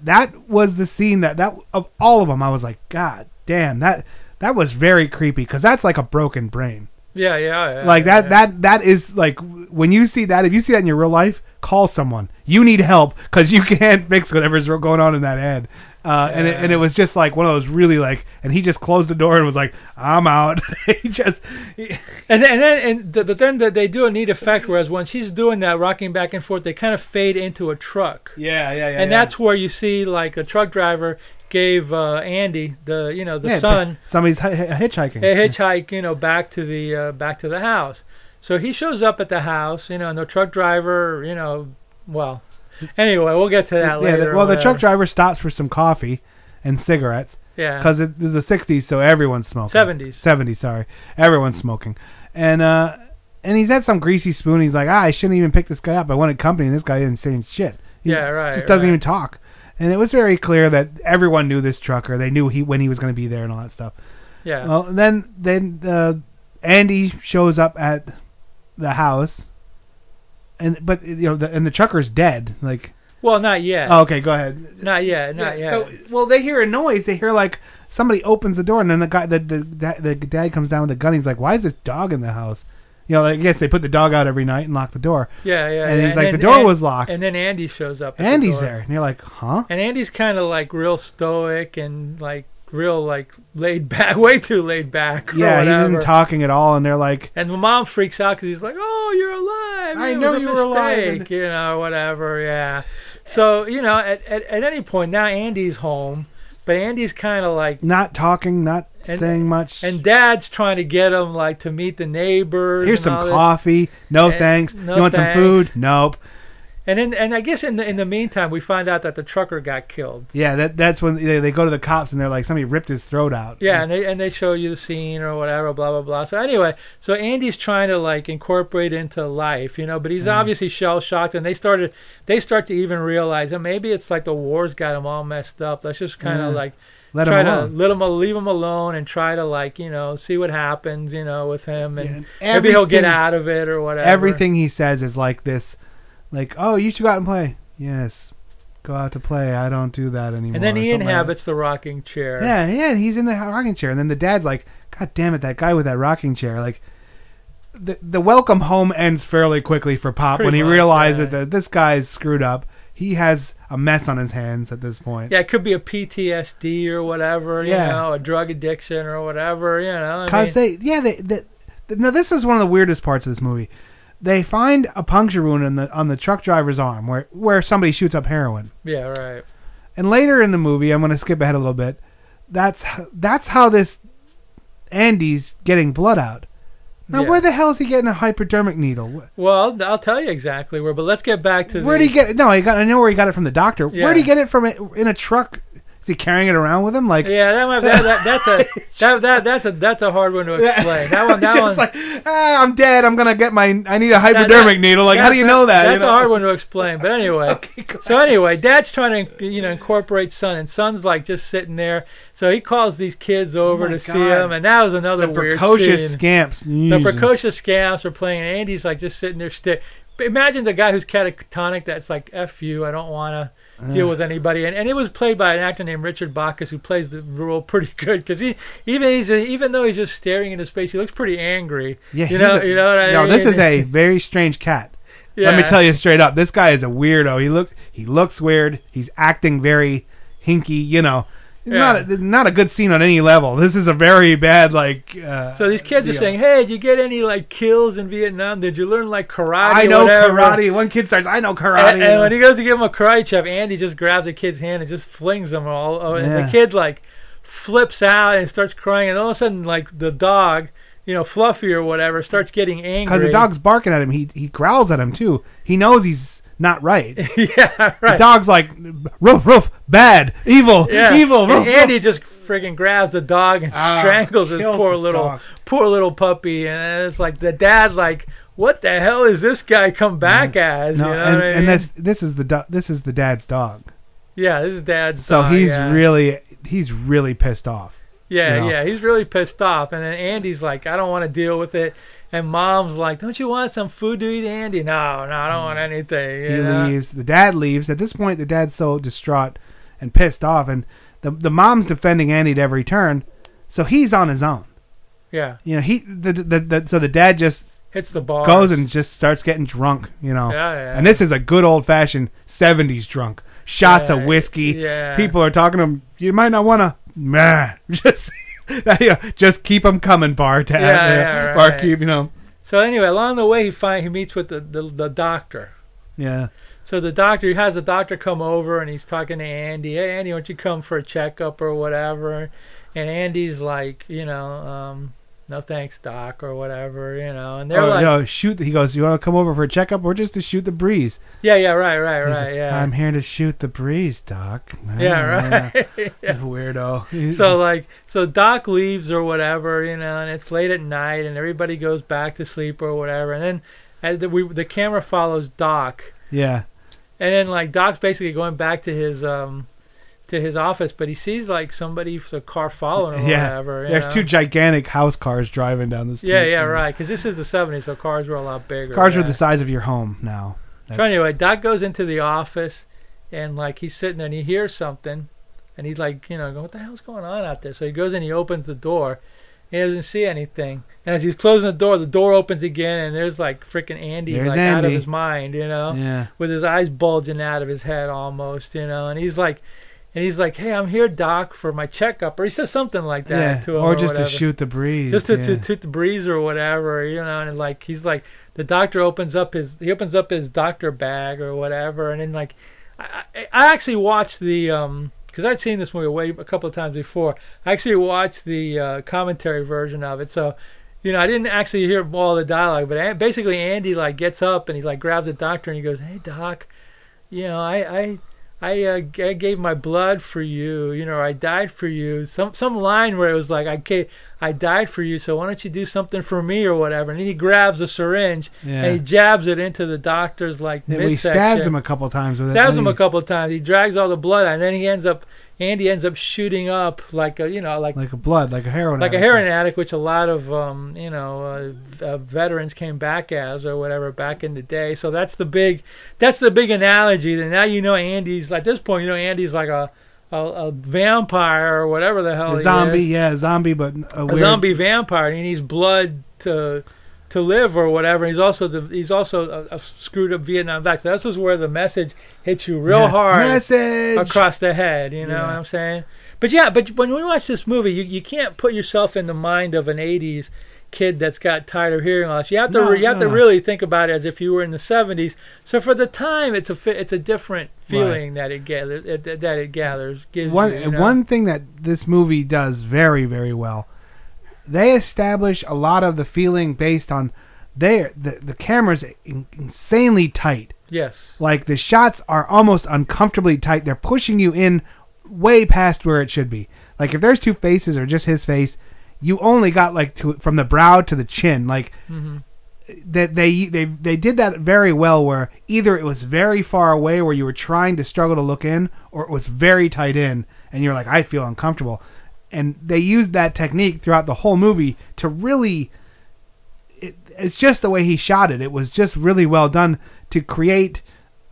Speaker 1: That was the scene that that of all of them. I was like, God damn that that was very creepy because that's like a broken brain.
Speaker 2: Yeah, yeah. yeah
Speaker 1: like
Speaker 2: yeah,
Speaker 1: that that that is like when you see that if you see that in your real life, call someone. You need help because you can't fix whatever's going on in that head. Uh, and it, and it was just like one of those really like and he just closed the door and was like I'm out. he just
Speaker 2: And then, and then and th- but then th- they do a neat effect. Whereas when she's doing that, rocking back and forth, they kind of fade into a truck.
Speaker 1: yeah yeah yeah.
Speaker 2: and that's where you see like a truck driver gave uh, Andy the you know the
Speaker 1: Yeah,
Speaker 2: son
Speaker 1: Somebody's hi- hi- hitchhiking.
Speaker 2: a hitchhike you know back to the uh, back to the house. So he shows up at the house, you know, and the truck driver, you know, well, anyway, we'll get to that
Speaker 1: yeah,
Speaker 2: later.
Speaker 1: the-
Speaker 2: or
Speaker 1: well, the
Speaker 2: whatever.
Speaker 1: truck driver stops for some coffee and cigarettes.
Speaker 2: Yeah.
Speaker 1: Because it is the 60s, so everyone's smoking.
Speaker 2: 70s.
Speaker 1: 70s, sorry. Everyone's smoking. And uh, and he's at some greasy spoon. He's like, ah, I shouldn't even pick this guy up. I wanted company, and this guy isn't saying shit. He
Speaker 2: Yeah, right,
Speaker 1: Just doesn't
Speaker 2: right.
Speaker 1: even talk. And it was very clear that everyone knew this trucker. They knew he when he was going to be there and all that stuff.
Speaker 2: Yeah.
Speaker 1: Well, and then then uh, Andy shows up at the house, and but you know, the, and the trucker's dead. Like,
Speaker 2: Well, not yet.
Speaker 1: oh, okay, go ahead.
Speaker 2: Not yet. Not
Speaker 1: Yeah,
Speaker 2: yet.
Speaker 1: So, well, they hear a noise. They hear like somebody opens the door, and then the guy, the the da- the dad comes down with a gun. He's like, "Why is this dog in the house?" You know, like, I guess they put the dog out every night and lock the door.
Speaker 2: yeah, yeah.
Speaker 1: And
Speaker 2: yeah.
Speaker 1: he's like,
Speaker 2: then-
Speaker 1: "The door
Speaker 2: and-
Speaker 1: was locked."
Speaker 2: And then Andy shows up. at the
Speaker 1: Andy's
Speaker 2: door.
Speaker 1: there, and you're like, "Huh?"
Speaker 2: And Andy's kind of like real stoic and like real like laid back, way too laid back. or
Speaker 1: yeah, he
Speaker 2: whatever.
Speaker 1: isn't talking at all, and they're like,
Speaker 2: And the mom freaks out because he's like, "Oh, you're alive!
Speaker 1: I
Speaker 2: It was
Speaker 1: know
Speaker 2: a
Speaker 1: you were alive."
Speaker 2: mistake," You know, whatever. Yeah. So you know, at at, at any point now, Andy's home, but Andy's kind of like
Speaker 1: not talking, not
Speaker 2: And-
Speaker 1: saying much.
Speaker 2: and Dad's trying to get him like to meet the neighbors.
Speaker 1: Here's
Speaker 2: and
Speaker 1: some
Speaker 2: all this.
Speaker 1: coffee. No
Speaker 2: And-
Speaker 1: thanks.
Speaker 2: no
Speaker 1: you want
Speaker 2: thanks.
Speaker 1: some food? Nope.
Speaker 2: And in, and I guess in the, in the meantime, we find out that the trucker got killed.
Speaker 1: Yeah, that that's when they, they go to the cops, and they're like, somebody ripped his throat out.
Speaker 2: Yeah, and they and they show you the scene or whatever, blah blah blah. So anyway, so Andy's trying to like incorporate into life, you know, but
Speaker 1: Mm-hmm.
Speaker 2: he's obviously shell shocked, and they started they start to even realize that maybe it's like the war's got him all messed up. Let's just kind
Speaker 1: Yeah.
Speaker 2: of like
Speaker 1: Let him
Speaker 2: try to
Speaker 1: alone.
Speaker 2: let him leave him alone and try to like you know see what happens, you know, with him, and
Speaker 1: Yeah,
Speaker 2: maybe he'll get
Speaker 1: everything-
Speaker 2: out of it or whatever.
Speaker 1: Everything he says is like this, like, "Oh, you should go out and play." Yes, go out to play. I don't do that anymore.
Speaker 2: And then
Speaker 1: or
Speaker 2: he
Speaker 1: something like that.
Speaker 2: inhabits the rocking chair.
Speaker 1: Yeah, yeah, he's in the rocking chair, and then the dad's like, "God damn it, that guy with that rocking chair!" Like, the the welcome home ends fairly quickly for Pop
Speaker 2: Pretty
Speaker 1: when he
Speaker 2: much,
Speaker 1: realizes
Speaker 2: yeah.
Speaker 1: that this guy's screwed up. He has a mess on his hands at this point.
Speaker 2: Yeah, it could be a PTSD or whatever, you
Speaker 1: Yeah.
Speaker 2: know, a drug addiction or whatever, you know. I mean-
Speaker 1: Cause they, yeah, they, they, th now this is one of the weirdest parts of this movie. They find a puncture wound on the on the truck driver's arm where where somebody shoots up heroin.
Speaker 2: Yeah, right.
Speaker 1: And later in the movie, I'm going to skip ahead a little bit. That's h- that's how this Andy's getting blood out. Now,
Speaker 2: Yeah.
Speaker 1: where the hell is he getting a hypodermic needle? Wh-
Speaker 2: Well, I'll tell you exactly where, but let's get back to
Speaker 1: Where
Speaker 2: the,
Speaker 1: did he get? it? No, he got. I know where he got it from the doctor.
Speaker 2: Yeah.
Speaker 1: Where did he get it from? it- In a truck? Is he carrying it around with him? Like
Speaker 2: Yeah, that one, that, that, that's a that, that that's a that's a hard one to explain. That one, that
Speaker 1: Just
Speaker 2: one.
Speaker 1: like, ah, I'm dead. I'm gonna get my. I need a
Speaker 2: that-
Speaker 1: hypodermic
Speaker 2: that-
Speaker 1: needle. Like, how
Speaker 2: that's
Speaker 1: do you
Speaker 2: a-
Speaker 1: know that?
Speaker 2: That's
Speaker 1: you know?
Speaker 2: a hard one to explain. But anyway, so anyway, Dad's trying to you know incorporate Son, and Son's like just sitting there. So he calls these kids over
Speaker 1: Oh my
Speaker 2: to see
Speaker 1: God.
Speaker 2: him, and that was another
Speaker 1: The
Speaker 2: weird
Speaker 1: precocious
Speaker 2: scene.
Speaker 1: scamps.
Speaker 2: The
Speaker 1: Jesus.
Speaker 2: precocious scamps are playing, and Andy's like just sitting there. Sti- but imagine the guy who's catatonic. That's like f you. I don't want to deal
Speaker 1: Ugh.
Speaker 2: with anybody. And and it was played by an actor named Richard Bacchus, who plays the role pretty good because he even he's even though he's just staring into space, he looks pretty angry.
Speaker 1: Yeah,
Speaker 2: you
Speaker 1: he's
Speaker 2: know,
Speaker 1: a-
Speaker 2: you know what I
Speaker 1: yo,
Speaker 2: mean.
Speaker 1: this is a very strange cat. Let me
Speaker 2: Yeah.
Speaker 1: tell you straight up, this guy is a weirdo. He looks he looks weird. He's acting very hinky. You know, It's
Speaker 2: Yeah.
Speaker 1: not a, not a good scene on any level. This is a very bad like. Uh,
Speaker 2: So these kids are
Speaker 1: deal.
Speaker 2: saying, "Hey, did you get any like kills in Vietnam? Did you learn like karate?"
Speaker 1: I
Speaker 2: or
Speaker 1: know
Speaker 2: whatever?"
Speaker 1: karate. One kid starts, I know karate.
Speaker 2: And, and when he goes to give him a karate chop, Andy just grabs the kid's hand and just flings him all. Oh, and
Speaker 1: Yeah.
Speaker 2: the kid like flips out and starts crying, and all of a sudden like the dog, you know, Fluffy or whatever, starts getting angry.
Speaker 1: because the dog's barking at him, he he growls at him too. He knows he's not right.
Speaker 2: yeah, right.
Speaker 1: The dog's like, roof, roof, bad, evil,
Speaker 2: yeah.
Speaker 1: evil. Roof,
Speaker 2: And Andy just friggin' grabs the dog and
Speaker 1: Ah,
Speaker 2: strangles his
Speaker 1: killed
Speaker 2: poor
Speaker 1: the
Speaker 2: little
Speaker 1: dog.
Speaker 2: poor little puppy, and it's like the dad's like, "What the hell is this guy come back as?"
Speaker 1: No,
Speaker 2: you know
Speaker 1: and,
Speaker 2: what I
Speaker 1: and
Speaker 2: mean?
Speaker 1: this this is the do- this is the dad's dog.
Speaker 2: Yeah, this is Dad's.
Speaker 1: So
Speaker 2: dog,
Speaker 1: he's
Speaker 2: Oh, yeah.
Speaker 1: really he's really pissed off.
Speaker 2: Yeah,
Speaker 1: you know.
Speaker 2: yeah, he's really pissed off. And then Andy's like, I don't want to deal with it. And Mom's like, Don't you want some food to eat, Andy? No, no, I don't want anything.
Speaker 1: Mm. He
Speaker 2: You know?
Speaker 1: leaves. The dad leaves. At this point, the dad's so distraught and pissed off, and the the mom's defending Andy at every turn. So he's on his own.
Speaker 2: Yeah,
Speaker 1: You know, he the the, the so the dad just
Speaker 2: hits the ball.
Speaker 1: goes and just starts getting drunk. You know,
Speaker 2: Yeah, yeah.
Speaker 1: and this is a good old fashioned '70s drunk. Shots
Speaker 2: Yeah,
Speaker 1: of whiskey.
Speaker 2: yeah.
Speaker 1: People are talking to him. You might not want to. Meh. Just just keep 'em coming, bartender.
Speaker 2: Yeah, yeah,
Speaker 1: Bar
Speaker 2: right.
Speaker 1: keep, you know.
Speaker 2: So anyway, along the way, he find he meets with the the, the doctor.
Speaker 1: Yeah.
Speaker 2: So the doctor he has the doctor come over and he's talking to Andy. Hey Andy, why don't you come for a checkup or whatever? And Andy's like, you know, um, no thanks, doc, or whatever, you know. And they're
Speaker 1: Oh,
Speaker 2: like,
Speaker 1: no, shoot. He goes, you want to come over for a checkup or just to shoot the breeze?
Speaker 2: yeah, yeah, right, right,
Speaker 1: He's
Speaker 2: right,
Speaker 1: like,
Speaker 2: yeah.
Speaker 1: I'm here to shoot the breeze, Doc. Ah,
Speaker 2: Yeah, right. Yeah.
Speaker 1: Weirdo.
Speaker 2: so like so Doc leaves or whatever, you know, and it's late at night and everybody goes back to sleep or whatever, and then as the, we the camera follows Doc,
Speaker 1: yeah.
Speaker 2: and then like Doc's basically going back to his um to his office, but he sees like somebody with a car following him or
Speaker 1: yeah.
Speaker 2: whatever. you
Speaker 1: There's
Speaker 2: know?
Speaker 1: two gigantic house cars driving down the street.
Speaker 2: Yeah, yeah, right. Because this is the 70s, so cars were a lot bigger.
Speaker 1: Cars
Speaker 2: yeah.
Speaker 1: are the size of your home now.
Speaker 2: So anyway, Doc goes into the office, and like he's sitting there and he hears something, and he's like, you know, going, what the hell's going on out there? So he goes and he opens the door. He doesn't see anything, and as he's closing the door, the door opens again, and there's like freaking Andy
Speaker 1: There's
Speaker 2: like out of
Speaker 1: Andy.
Speaker 2: his mind, you know,
Speaker 1: Yeah.
Speaker 2: with his eyes bulging out of his head almost, you know, and he's like, and he's like, hey, I'm here, Doc, for my checkup, or he says something like that
Speaker 1: yeah.
Speaker 2: to him,
Speaker 1: or just
Speaker 2: whatever
Speaker 1: to shoot the breeze.
Speaker 2: just to,
Speaker 1: yeah.
Speaker 2: to to the breeze or whatever, you know, and like he's like the doctor opens up his he opens up his doctor bag or whatever, and then like I I I actually watched the um because I'd seen this movie way a couple of times before. I actually watched the uh, commentary version of it, so you know I didn't actually hear all the dialogue, but An- basically Andy like gets up and he like grabs the doctor and he goes, hey doc, you know I I. I uh, g- I gave my blood for you, you know. I died for you. Some some line where it was like I gave, I died for you, so why don't you do something for me or whatever? And then he grabs a syringe
Speaker 1: Yeah.
Speaker 2: and he jabs it into the doctor's like
Speaker 1: Then he
Speaker 2: midsection.
Speaker 1: stabs him a couple times with it.
Speaker 2: Stabs
Speaker 1: Then
Speaker 2: him
Speaker 1: he-
Speaker 2: a couple of times. He drags all the blood out, and then he ends up Andy ends up shooting up like a you know like
Speaker 1: Like a blood, like a heroin.
Speaker 2: like a
Speaker 1: addict.
Speaker 2: heroin addict, which a lot of um, you know uh, uh, veterans came back as or whatever back in the day. So that's the big that's the big analogy. That now you know Andy's at this point you know Andy's like a a, a vampire or whatever the hell
Speaker 1: A
Speaker 2: he
Speaker 1: zombie,
Speaker 2: is.
Speaker 1: yeah, a zombie, but a,
Speaker 2: a
Speaker 1: weird,
Speaker 2: zombie vampire and he needs blood to to live or whatever. He's also the he's also a, a screwed up Vietnam vet. So this is where the message hits you real
Speaker 1: Yeah.
Speaker 2: hard
Speaker 1: Message.
Speaker 2: across the head. You know
Speaker 1: Yeah.
Speaker 2: what I'm saying? But yeah, but when we watch this movie, you you can't put yourself in the mind of an '80s kid that's got tired of hearing loss. You have to
Speaker 1: No,
Speaker 2: re- you have
Speaker 1: no,
Speaker 2: to
Speaker 1: no.
Speaker 2: really think about it as if you were in the '70s. So for the time, it's a fi- it's a different feeling that it gathers it, that it gathers gives
Speaker 1: one
Speaker 2: you, you know?
Speaker 1: one thing that this movie does very very well they establish a lot of the feeling based on they the, the camera's in, insanely tight
Speaker 2: yes
Speaker 1: like the shots are almost uncomfortably tight they're pushing you in way past where it should be. Like if there's two faces or just his face, you only got like to from the brow to the chin. Like
Speaker 2: hmm
Speaker 1: that they they they did that very well where either it was very far away where you were trying to struggle to look in or it was very tight in and you're like I feel uncomfortable and they used that technique throughout the whole movie to really it, it's just the way he shot it it was just really well done to create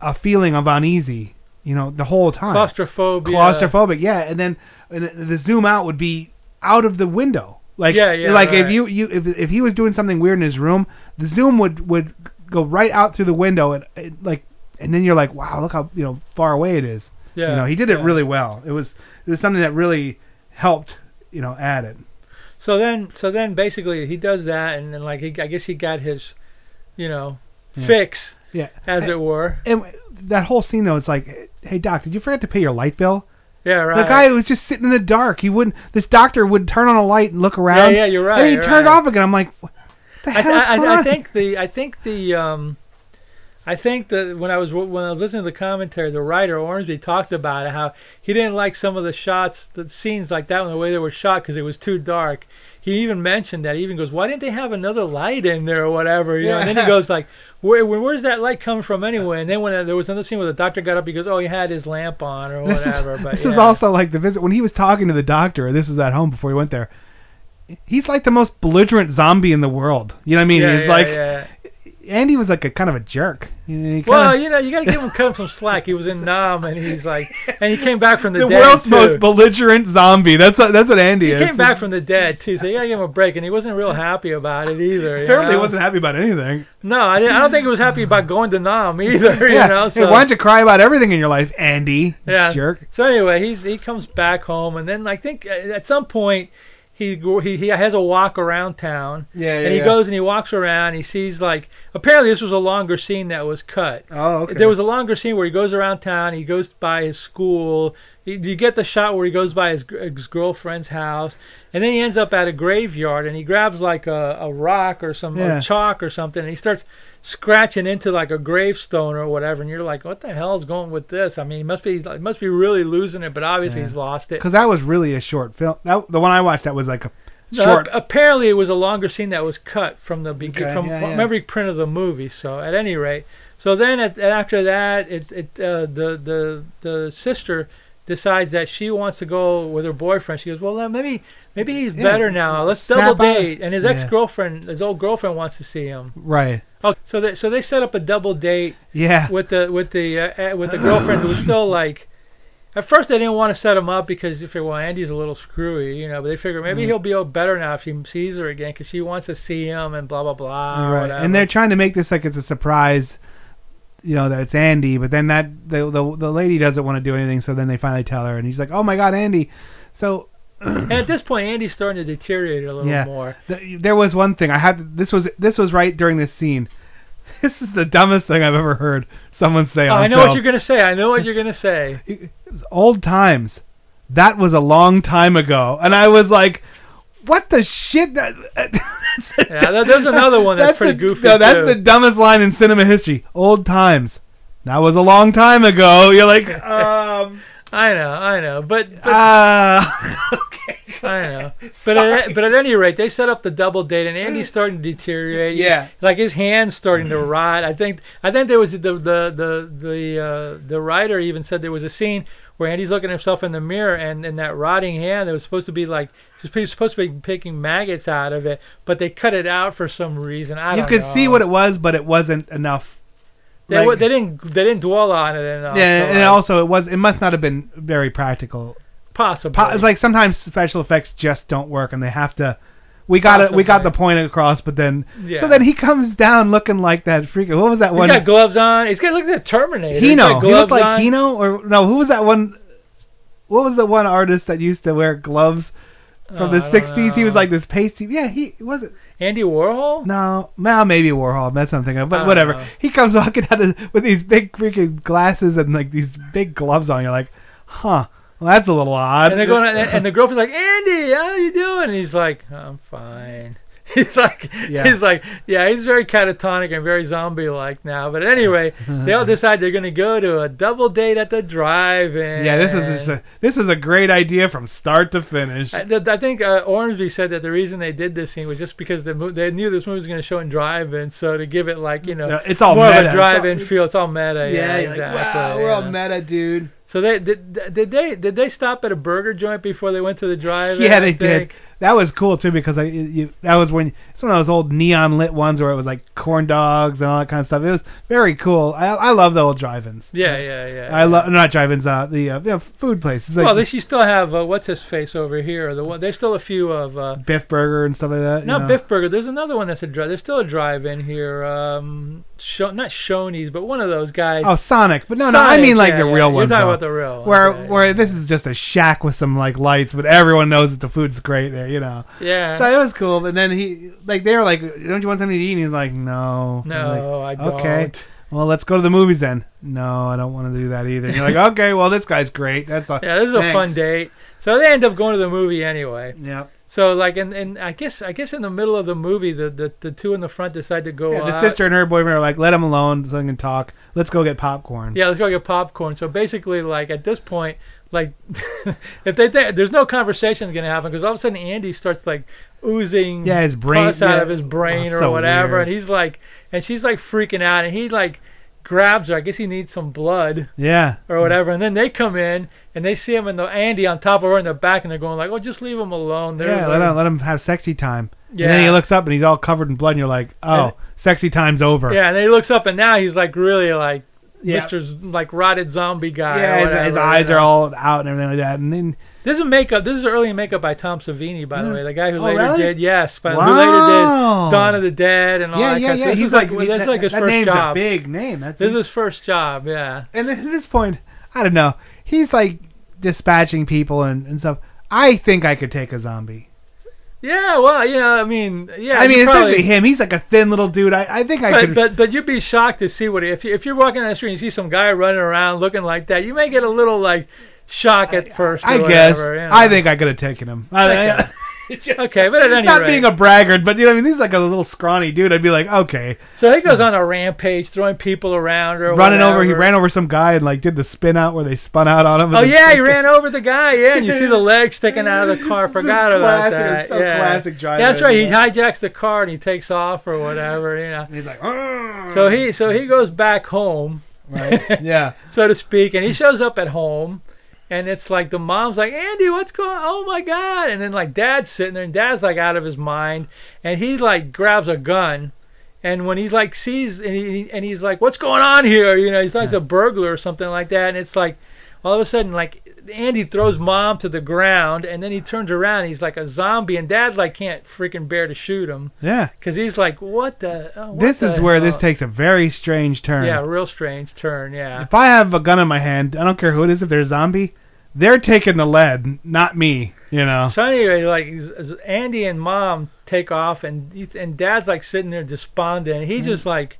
Speaker 1: a feeling of uneasy you know the whole time
Speaker 2: Claustrophobia.
Speaker 1: claustrophobic yeah and then and the zoom out would be out of the window like
Speaker 2: Yeah, yeah,
Speaker 1: like if
Speaker 2: right.
Speaker 1: you you if if he was doing something weird in his room the zoom would would go right out through the window and it, like and then you're like wow look how you know far away it is
Speaker 2: Yeah,
Speaker 1: you know he did it
Speaker 2: yeah.
Speaker 1: really well it was it was something that really helped you know add it
Speaker 2: So then, so then, basically, he does that, and then like he, I guess he got his, you know,
Speaker 1: Yeah.
Speaker 2: fix,
Speaker 1: yeah
Speaker 2: as it were.
Speaker 1: and that whole scene though it's like hey doc did you forget to pay your light bill
Speaker 2: Yeah, right.
Speaker 1: The guy was just sitting in the dark. He wouldn't. This doctor would turn on a light and look around.
Speaker 2: yeah, you're right,
Speaker 1: And he
Speaker 2: you're
Speaker 1: turned
Speaker 2: right.
Speaker 1: off again. I'm like, what the
Speaker 2: I,
Speaker 1: hell is
Speaker 2: I,
Speaker 1: going
Speaker 2: I, I
Speaker 1: on?
Speaker 2: think the I think the um, I think that when I was when I was listening to the commentary, the writer Ormsby talked about it, how he didn't like some of the shots, the scenes like that, and the way they were shot because it was too dark. He even mentioned that. He even goes, "Why didn't they have another light in there or whatever?" You know. And then
Speaker 13: Yeah.
Speaker 2: he goes like, "Where, where where's that light come from anyway?" And then when uh, there was another scene where the doctor got up, he goes, "Oh, he had his lamp on or
Speaker 1: This is-
Speaker 2: whatever." but
Speaker 1: this
Speaker 2: yeah.
Speaker 1: is also like the visit when he was talking to the doctor. and This was at home before he went there. He's like the most belligerent zombie in the world. You know what I mean?
Speaker 2: Yeah,
Speaker 1: He's
Speaker 2: yeah,
Speaker 1: like
Speaker 2: yeah.
Speaker 1: Andy was like a kind of a jerk. You know, he
Speaker 2: Well,
Speaker 1: kinda-
Speaker 2: you know, you got to give him come some slack. He was in Nam, and he's like, and he came back from the,
Speaker 1: the
Speaker 2: dead
Speaker 1: world's
Speaker 2: too.
Speaker 1: most belligerent zombie. That's what that's what Andy
Speaker 2: He
Speaker 1: is.
Speaker 2: came back from the dead too, so you gotta give him a break. And he wasn't real happy about it either. you
Speaker 1: Apparently, he
Speaker 2: know?
Speaker 1: wasn't happy about anything.
Speaker 2: No, I, didn't- I don't think he was happy about going to Nam either.
Speaker 1: yeah.
Speaker 2: You know,
Speaker 1: Hey,
Speaker 2: so
Speaker 1: why don't you cry about everything in your life, Andy? you
Speaker 2: yeah.
Speaker 1: Jerk.
Speaker 2: So anyway, he's he comes back home, and then I think uh, at some point he go- he he has a walk around town.
Speaker 1: Yeah,
Speaker 2: and he goes and he walks around. And he sees like apparently this was a longer scene that was cut.
Speaker 1: Oh, okay.
Speaker 2: There was a longer scene where he goes around town. He goes by his school. You you get the shot where he goes by his, gr- his girlfriend's house, and then he ends up at a graveyard, and he grabs like a, a rock or some or
Speaker 1: Yeah.
Speaker 2: chalk or something, and he starts scratching into like a gravestone or whatever, and you're like, what the hell is going with this? I mean, he must be like, must be really losing it, but obviously
Speaker 1: Yeah.
Speaker 2: he's lost it.
Speaker 1: because that was really a short film. That the one I watched that was like a
Speaker 2: No,
Speaker 1: short.
Speaker 2: ap- apparently, it was a longer scene that was cut from the beginning,
Speaker 1: Okay,
Speaker 2: from
Speaker 1: yeah,
Speaker 2: from
Speaker 1: yeah.
Speaker 2: every print of the movie. So, at any rate, so then at, after that, it, it uh, the the the sister decides that she wants to go with her boyfriend. She goes, well, then maybe maybe he's
Speaker 1: Yeah.
Speaker 2: better now. Let's
Speaker 1: Snap
Speaker 2: double
Speaker 1: out.
Speaker 2: date. And his
Speaker 1: Yeah.
Speaker 2: ex girlfriend, his old girlfriend, wants to see him.
Speaker 1: Right.
Speaker 2: Oh, so they so they set up a double date
Speaker 1: Yeah.
Speaker 2: with the with the uh, uh, with the girlfriend who was still like. At first, they didn't want to set him up because if well, Andy's a little screwy, you know. But they figure maybe
Speaker 1: Mm.
Speaker 2: he'll be all better now if he sees her again because she wants to see him and blah blah blah. or
Speaker 1: Right.
Speaker 2: uh, whatever.
Speaker 1: And they're trying to make this like it's a surprise. You know that it's Andy, but then that the the, the lady doesn't want to do anything, so then they finally tell her, and he's like, "Oh my God, Andy." So
Speaker 2: and at this point, Andy's starting to deteriorate a little
Speaker 1: Yeah.
Speaker 2: more.
Speaker 1: th- there was one thing I had. This was this was right during this scene. This is the dumbest thing I've ever heard someone say.
Speaker 2: Oh,
Speaker 1: on
Speaker 2: I know
Speaker 1: film.
Speaker 2: what you're gonna say. I know what you're gonna say.
Speaker 1: old times. That was a long time ago, and I was like, "What the shit?" That,
Speaker 2: Yeah, there- there's another one that's pretty
Speaker 1: the-
Speaker 2: goofy,
Speaker 1: No, that's
Speaker 2: too.
Speaker 1: the dumbest line in cinema history. Old times. That was a long time ago. You're like, um,
Speaker 2: I know, I know, but, but
Speaker 1: ah,
Speaker 2: I know. But
Speaker 1: Sorry.
Speaker 2: at, but at any rate, they set up the double date, and Andy's starting to deteriorate.
Speaker 1: Yeah. Mm-hmm.
Speaker 2: like his hands starting to rot. I think I think there was the the the the uh, the writer even said there was a scene where Andy's looking at himself in the mirror, and and that rotting hand that was supposed to be like it was supposed to be picking maggots out of it, but they cut it out for some reason. I
Speaker 1: you
Speaker 2: don't
Speaker 1: could
Speaker 2: know.
Speaker 1: see what it was, but it wasn't enough.
Speaker 2: They,
Speaker 1: like-
Speaker 2: wa- they didn't they didn't dwell on it enough.
Speaker 1: yeah,
Speaker 2: so
Speaker 1: and
Speaker 2: like,
Speaker 1: also it was. It must not have been very practical.
Speaker 2: possibly
Speaker 1: Po- it's like sometimes special effects just don't work, and they have to. We got it. We got the point across, but then
Speaker 2: Yeah.
Speaker 1: so then he comes down looking like that freak. What was that
Speaker 2: He's
Speaker 1: one?
Speaker 2: got gloves on. He's got look at the Terminator. He's
Speaker 1: Hino.
Speaker 2: got
Speaker 1: He looked
Speaker 2: gloves
Speaker 1: like
Speaker 2: on.
Speaker 1: Hino, or no? Who was that one? What was the one artist that used to wear gloves from
Speaker 2: Oh,
Speaker 1: the
Speaker 2: I don't
Speaker 1: '60s? He was
Speaker 2: know.
Speaker 1: like this pasty. Yeah, he was it.
Speaker 2: Andy Warhol.
Speaker 1: No, well, maybe Warhol. That's something.
Speaker 2: I
Speaker 1: But
Speaker 2: don't
Speaker 1: whatever.
Speaker 2: know.
Speaker 1: He comes walking out of, with these big freaking glasses and like these big gloves on. You're like, huh? Well, that's a little odd.
Speaker 2: And they're going, and, and the girlfriend's like, Andy, how you doing? And he's like, I'm fine. he's like
Speaker 1: Yeah.
Speaker 2: he's like yeah he's very catatonic and very zombie like now but anyway they all decide they're going to go to a double date at the drive-in
Speaker 1: Yeah, this is just a, this is a great idea from start to finish.
Speaker 2: I, th- I think uh, Ormsby said that the reason they did this scene was just because the mo- they knew this movie was going to show in drive-in, so to give it like you know,
Speaker 1: No, it's all
Speaker 2: more of
Speaker 1: meta.
Speaker 2: a drive-in
Speaker 1: It's all-
Speaker 2: feel. It's all
Speaker 1: Yeah,
Speaker 2: meta. Yeah,
Speaker 1: you're like,
Speaker 2: exactly.
Speaker 1: wow, we're all
Speaker 2: yeah.
Speaker 1: meta, dude.
Speaker 2: So they did, did they did they stop at a burger joint before they went to the drive-in?
Speaker 1: Yeah,
Speaker 2: I
Speaker 1: they did.
Speaker 2: think?
Speaker 1: That was cool too because I it- you, that was when it's one of those old neon lit ones where it was like corn dogs and all that kind of stuff. It was very cool. I I love the old drive-ins.
Speaker 2: Yeah, yeah, yeah.
Speaker 1: I love not drive-ins, uh, the uh, yeah, food places. Like
Speaker 2: well, they should still have uh, what's his face over here. The one there's still a few of uh,
Speaker 1: Biff Burger and stuff like that. you
Speaker 2: not
Speaker 1: know.
Speaker 2: Biff Burger. There's another one that's a drive. There's still a drive-in here. Um, Sho- not Shoney's, but one of those guys.
Speaker 1: Oh, Sonic, but no, no, I
Speaker 2: Sonic,
Speaker 1: mean like
Speaker 2: yeah,
Speaker 1: the
Speaker 2: yeah.
Speaker 1: real one.
Speaker 2: You're talking about the real one.
Speaker 1: Where
Speaker 2: Okay.
Speaker 1: where this is just a shack with some like lights, but everyone knows that the food's great there, you know.
Speaker 2: Yeah.
Speaker 1: So it was cool, but then he like they were like, "Don't you want something to eat?" And he's like, "No." And I'm
Speaker 2: No,
Speaker 1: like,
Speaker 2: I
Speaker 1: Okay.
Speaker 2: don't."
Speaker 1: Well, let's go to the movies then. No, I don't want to do that either. And you're like, "Okay, well, this guy's great. That's all."
Speaker 2: Yeah, this is a fun date. So they end up going to the movie anyway.
Speaker 1: Yeah.
Speaker 2: So like, and and I guess I guess in the middle of the movie, the the, the two in the front decide to go
Speaker 1: Yeah, the
Speaker 2: out.
Speaker 1: sister and her boyfriend are like, "Let him alone. So they can talk. Let's go get popcorn."
Speaker 2: Yeah, let's go get popcorn. So basically, like at this point, like if they think there's no conversation going to happen because all of a sudden Andy starts like oozing
Speaker 1: Yeah, his brain-
Speaker 2: pus out
Speaker 1: yeah.
Speaker 2: of his brain
Speaker 1: Oh,
Speaker 2: or
Speaker 1: so
Speaker 2: whatever,
Speaker 1: weird.
Speaker 2: and he's like, and she's like freaking out, and he like grabs her. I guess he needs some blood.
Speaker 1: Yeah.
Speaker 2: or whatever. And then they come in and they see him and the Andy on top of her in the back, and they're going like, "Oh, just leave him alone." They're,
Speaker 1: Yeah, let him, let him have sexy time. And then
Speaker 2: Yeah.
Speaker 1: he looks up and he's all covered in blood, and you're like, oh,
Speaker 2: And-
Speaker 1: sexy time's over.
Speaker 2: Yeah, and he looks up and now he's like really like
Speaker 1: Yeah.
Speaker 2: Mr. Z- like rotted zombie guy. or
Speaker 1: Yeah, his-
Speaker 2: whatever,
Speaker 1: his,
Speaker 2: you
Speaker 1: eyes
Speaker 2: know.
Speaker 1: are all out and everything like that. And then
Speaker 2: This is makeup. This is early makeup by Tom Savini, by the way, the guy who
Speaker 1: Oh,
Speaker 2: later
Speaker 1: really?
Speaker 2: did yes, but who
Speaker 1: Wow.
Speaker 2: later did Dawn of the Dead and all
Speaker 1: yeah,
Speaker 2: that.
Speaker 1: yeah,
Speaker 2: kind of
Speaker 1: yeah,
Speaker 2: stuff. Oh, This
Speaker 1: he's
Speaker 2: is like,
Speaker 1: like
Speaker 2: that's
Speaker 1: that,
Speaker 2: like his
Speaker 1: that
Speaker 2: first
Speaker 1: name's
Speaker 2: job.
Speaker 1: a big name. That's
Speaker 2: This is first job, yeah.
Speaker 1: and at this point, I don't know. He's like dispatching people and, and stuff. I think I could take a zombie.
Speaker 2: Yeah, well, you know, I mean, yeah.
Speaker 1: I
Speaker 2: you
Speaker 1: mean,
Speaker 2: probably,
Speaker 1: especially him. He's like a thin little dude. I, I think I
Speaker 2: but,
Speaker 1: could.
Speaker 2: but but you'd be shocked to see what if you, if you're walking down the street and you see some guy running around looking like that, you may get a little like shock at first. Or
Speaker 1: I guess.
Speaker 2: whatever, you know.
Speaker 1: I think I could have taken him. I,
Speaker 2: Okay. okay, but at
Speaker 1: he's
Speaker 2: any
Speaker 1: not
Speaker 2: rate,
Speaker 1: being a braggart, but you know, I mean, he's like a little scrawny dude. I'd be like, okay,
Speaker 2: so he goes on a rampage, throwing people around or
Speaker 1: running over. He
Speaker 2: whatever.
Speaker 1: ran over some guy and like did the spin out where they spun out on him.
Speaker 2: Oh
Speaker 1: and
Speaker 2: yeah,
Speaker 1: then-
Speaker 2: he ran over the guy. Yeah, and you see the leg sticking out of the car. Forgot about
Speaker 1: classic,
Speaker 2: that.
Speaker 1: it's so
Speaker 2: yeah.
Speaker 1: classic driving,
Speaker 2: That's right. He
Speaker 1: isn't
Speaker 2: hijacks the car and he takes off or whatever. You know.
Speaker 1: He's like,
Speaker 2: so he so he goes back home,
Speaker 1: Right. Yeah.
Speaker 2: so to speak, and he shows up at home. And it's like the mom's like, Andy, what's going on? Oh my God. And then like dad's sitting there and dad's like out of his mind. And he like grabs a gun. And when he like sees and, he, and he's like, what's going on here? You know, he's like a burglar or something like that. And it's like all of a sudden like Andy throws mom to the ground. And then he turns around. And he's like a zombie. And dad's like can't freaking bear to shoot him.
Speaker 1: Yeah.
Speaker 2: Because he's like, what the? Oh, what
Speaker 1: This
Speaker 2: the
Speaker 1: is where this
Speaker 2: hell?"
Speaker 1: takes a very strange turn.
Speaker 2: Yeah, real strange turn. Yeah.
Speaker 1: If I have a gun in my hand, I don't care who it is. If they're a zombie, they're taking the lead, not me. You know.
Speaker 2: So anyway, like z- z- Andy and Mom take off, and you- and Dad's like sitting there despondent. And he
Speaker 1: Mm-hmm.
Speaker 2: just like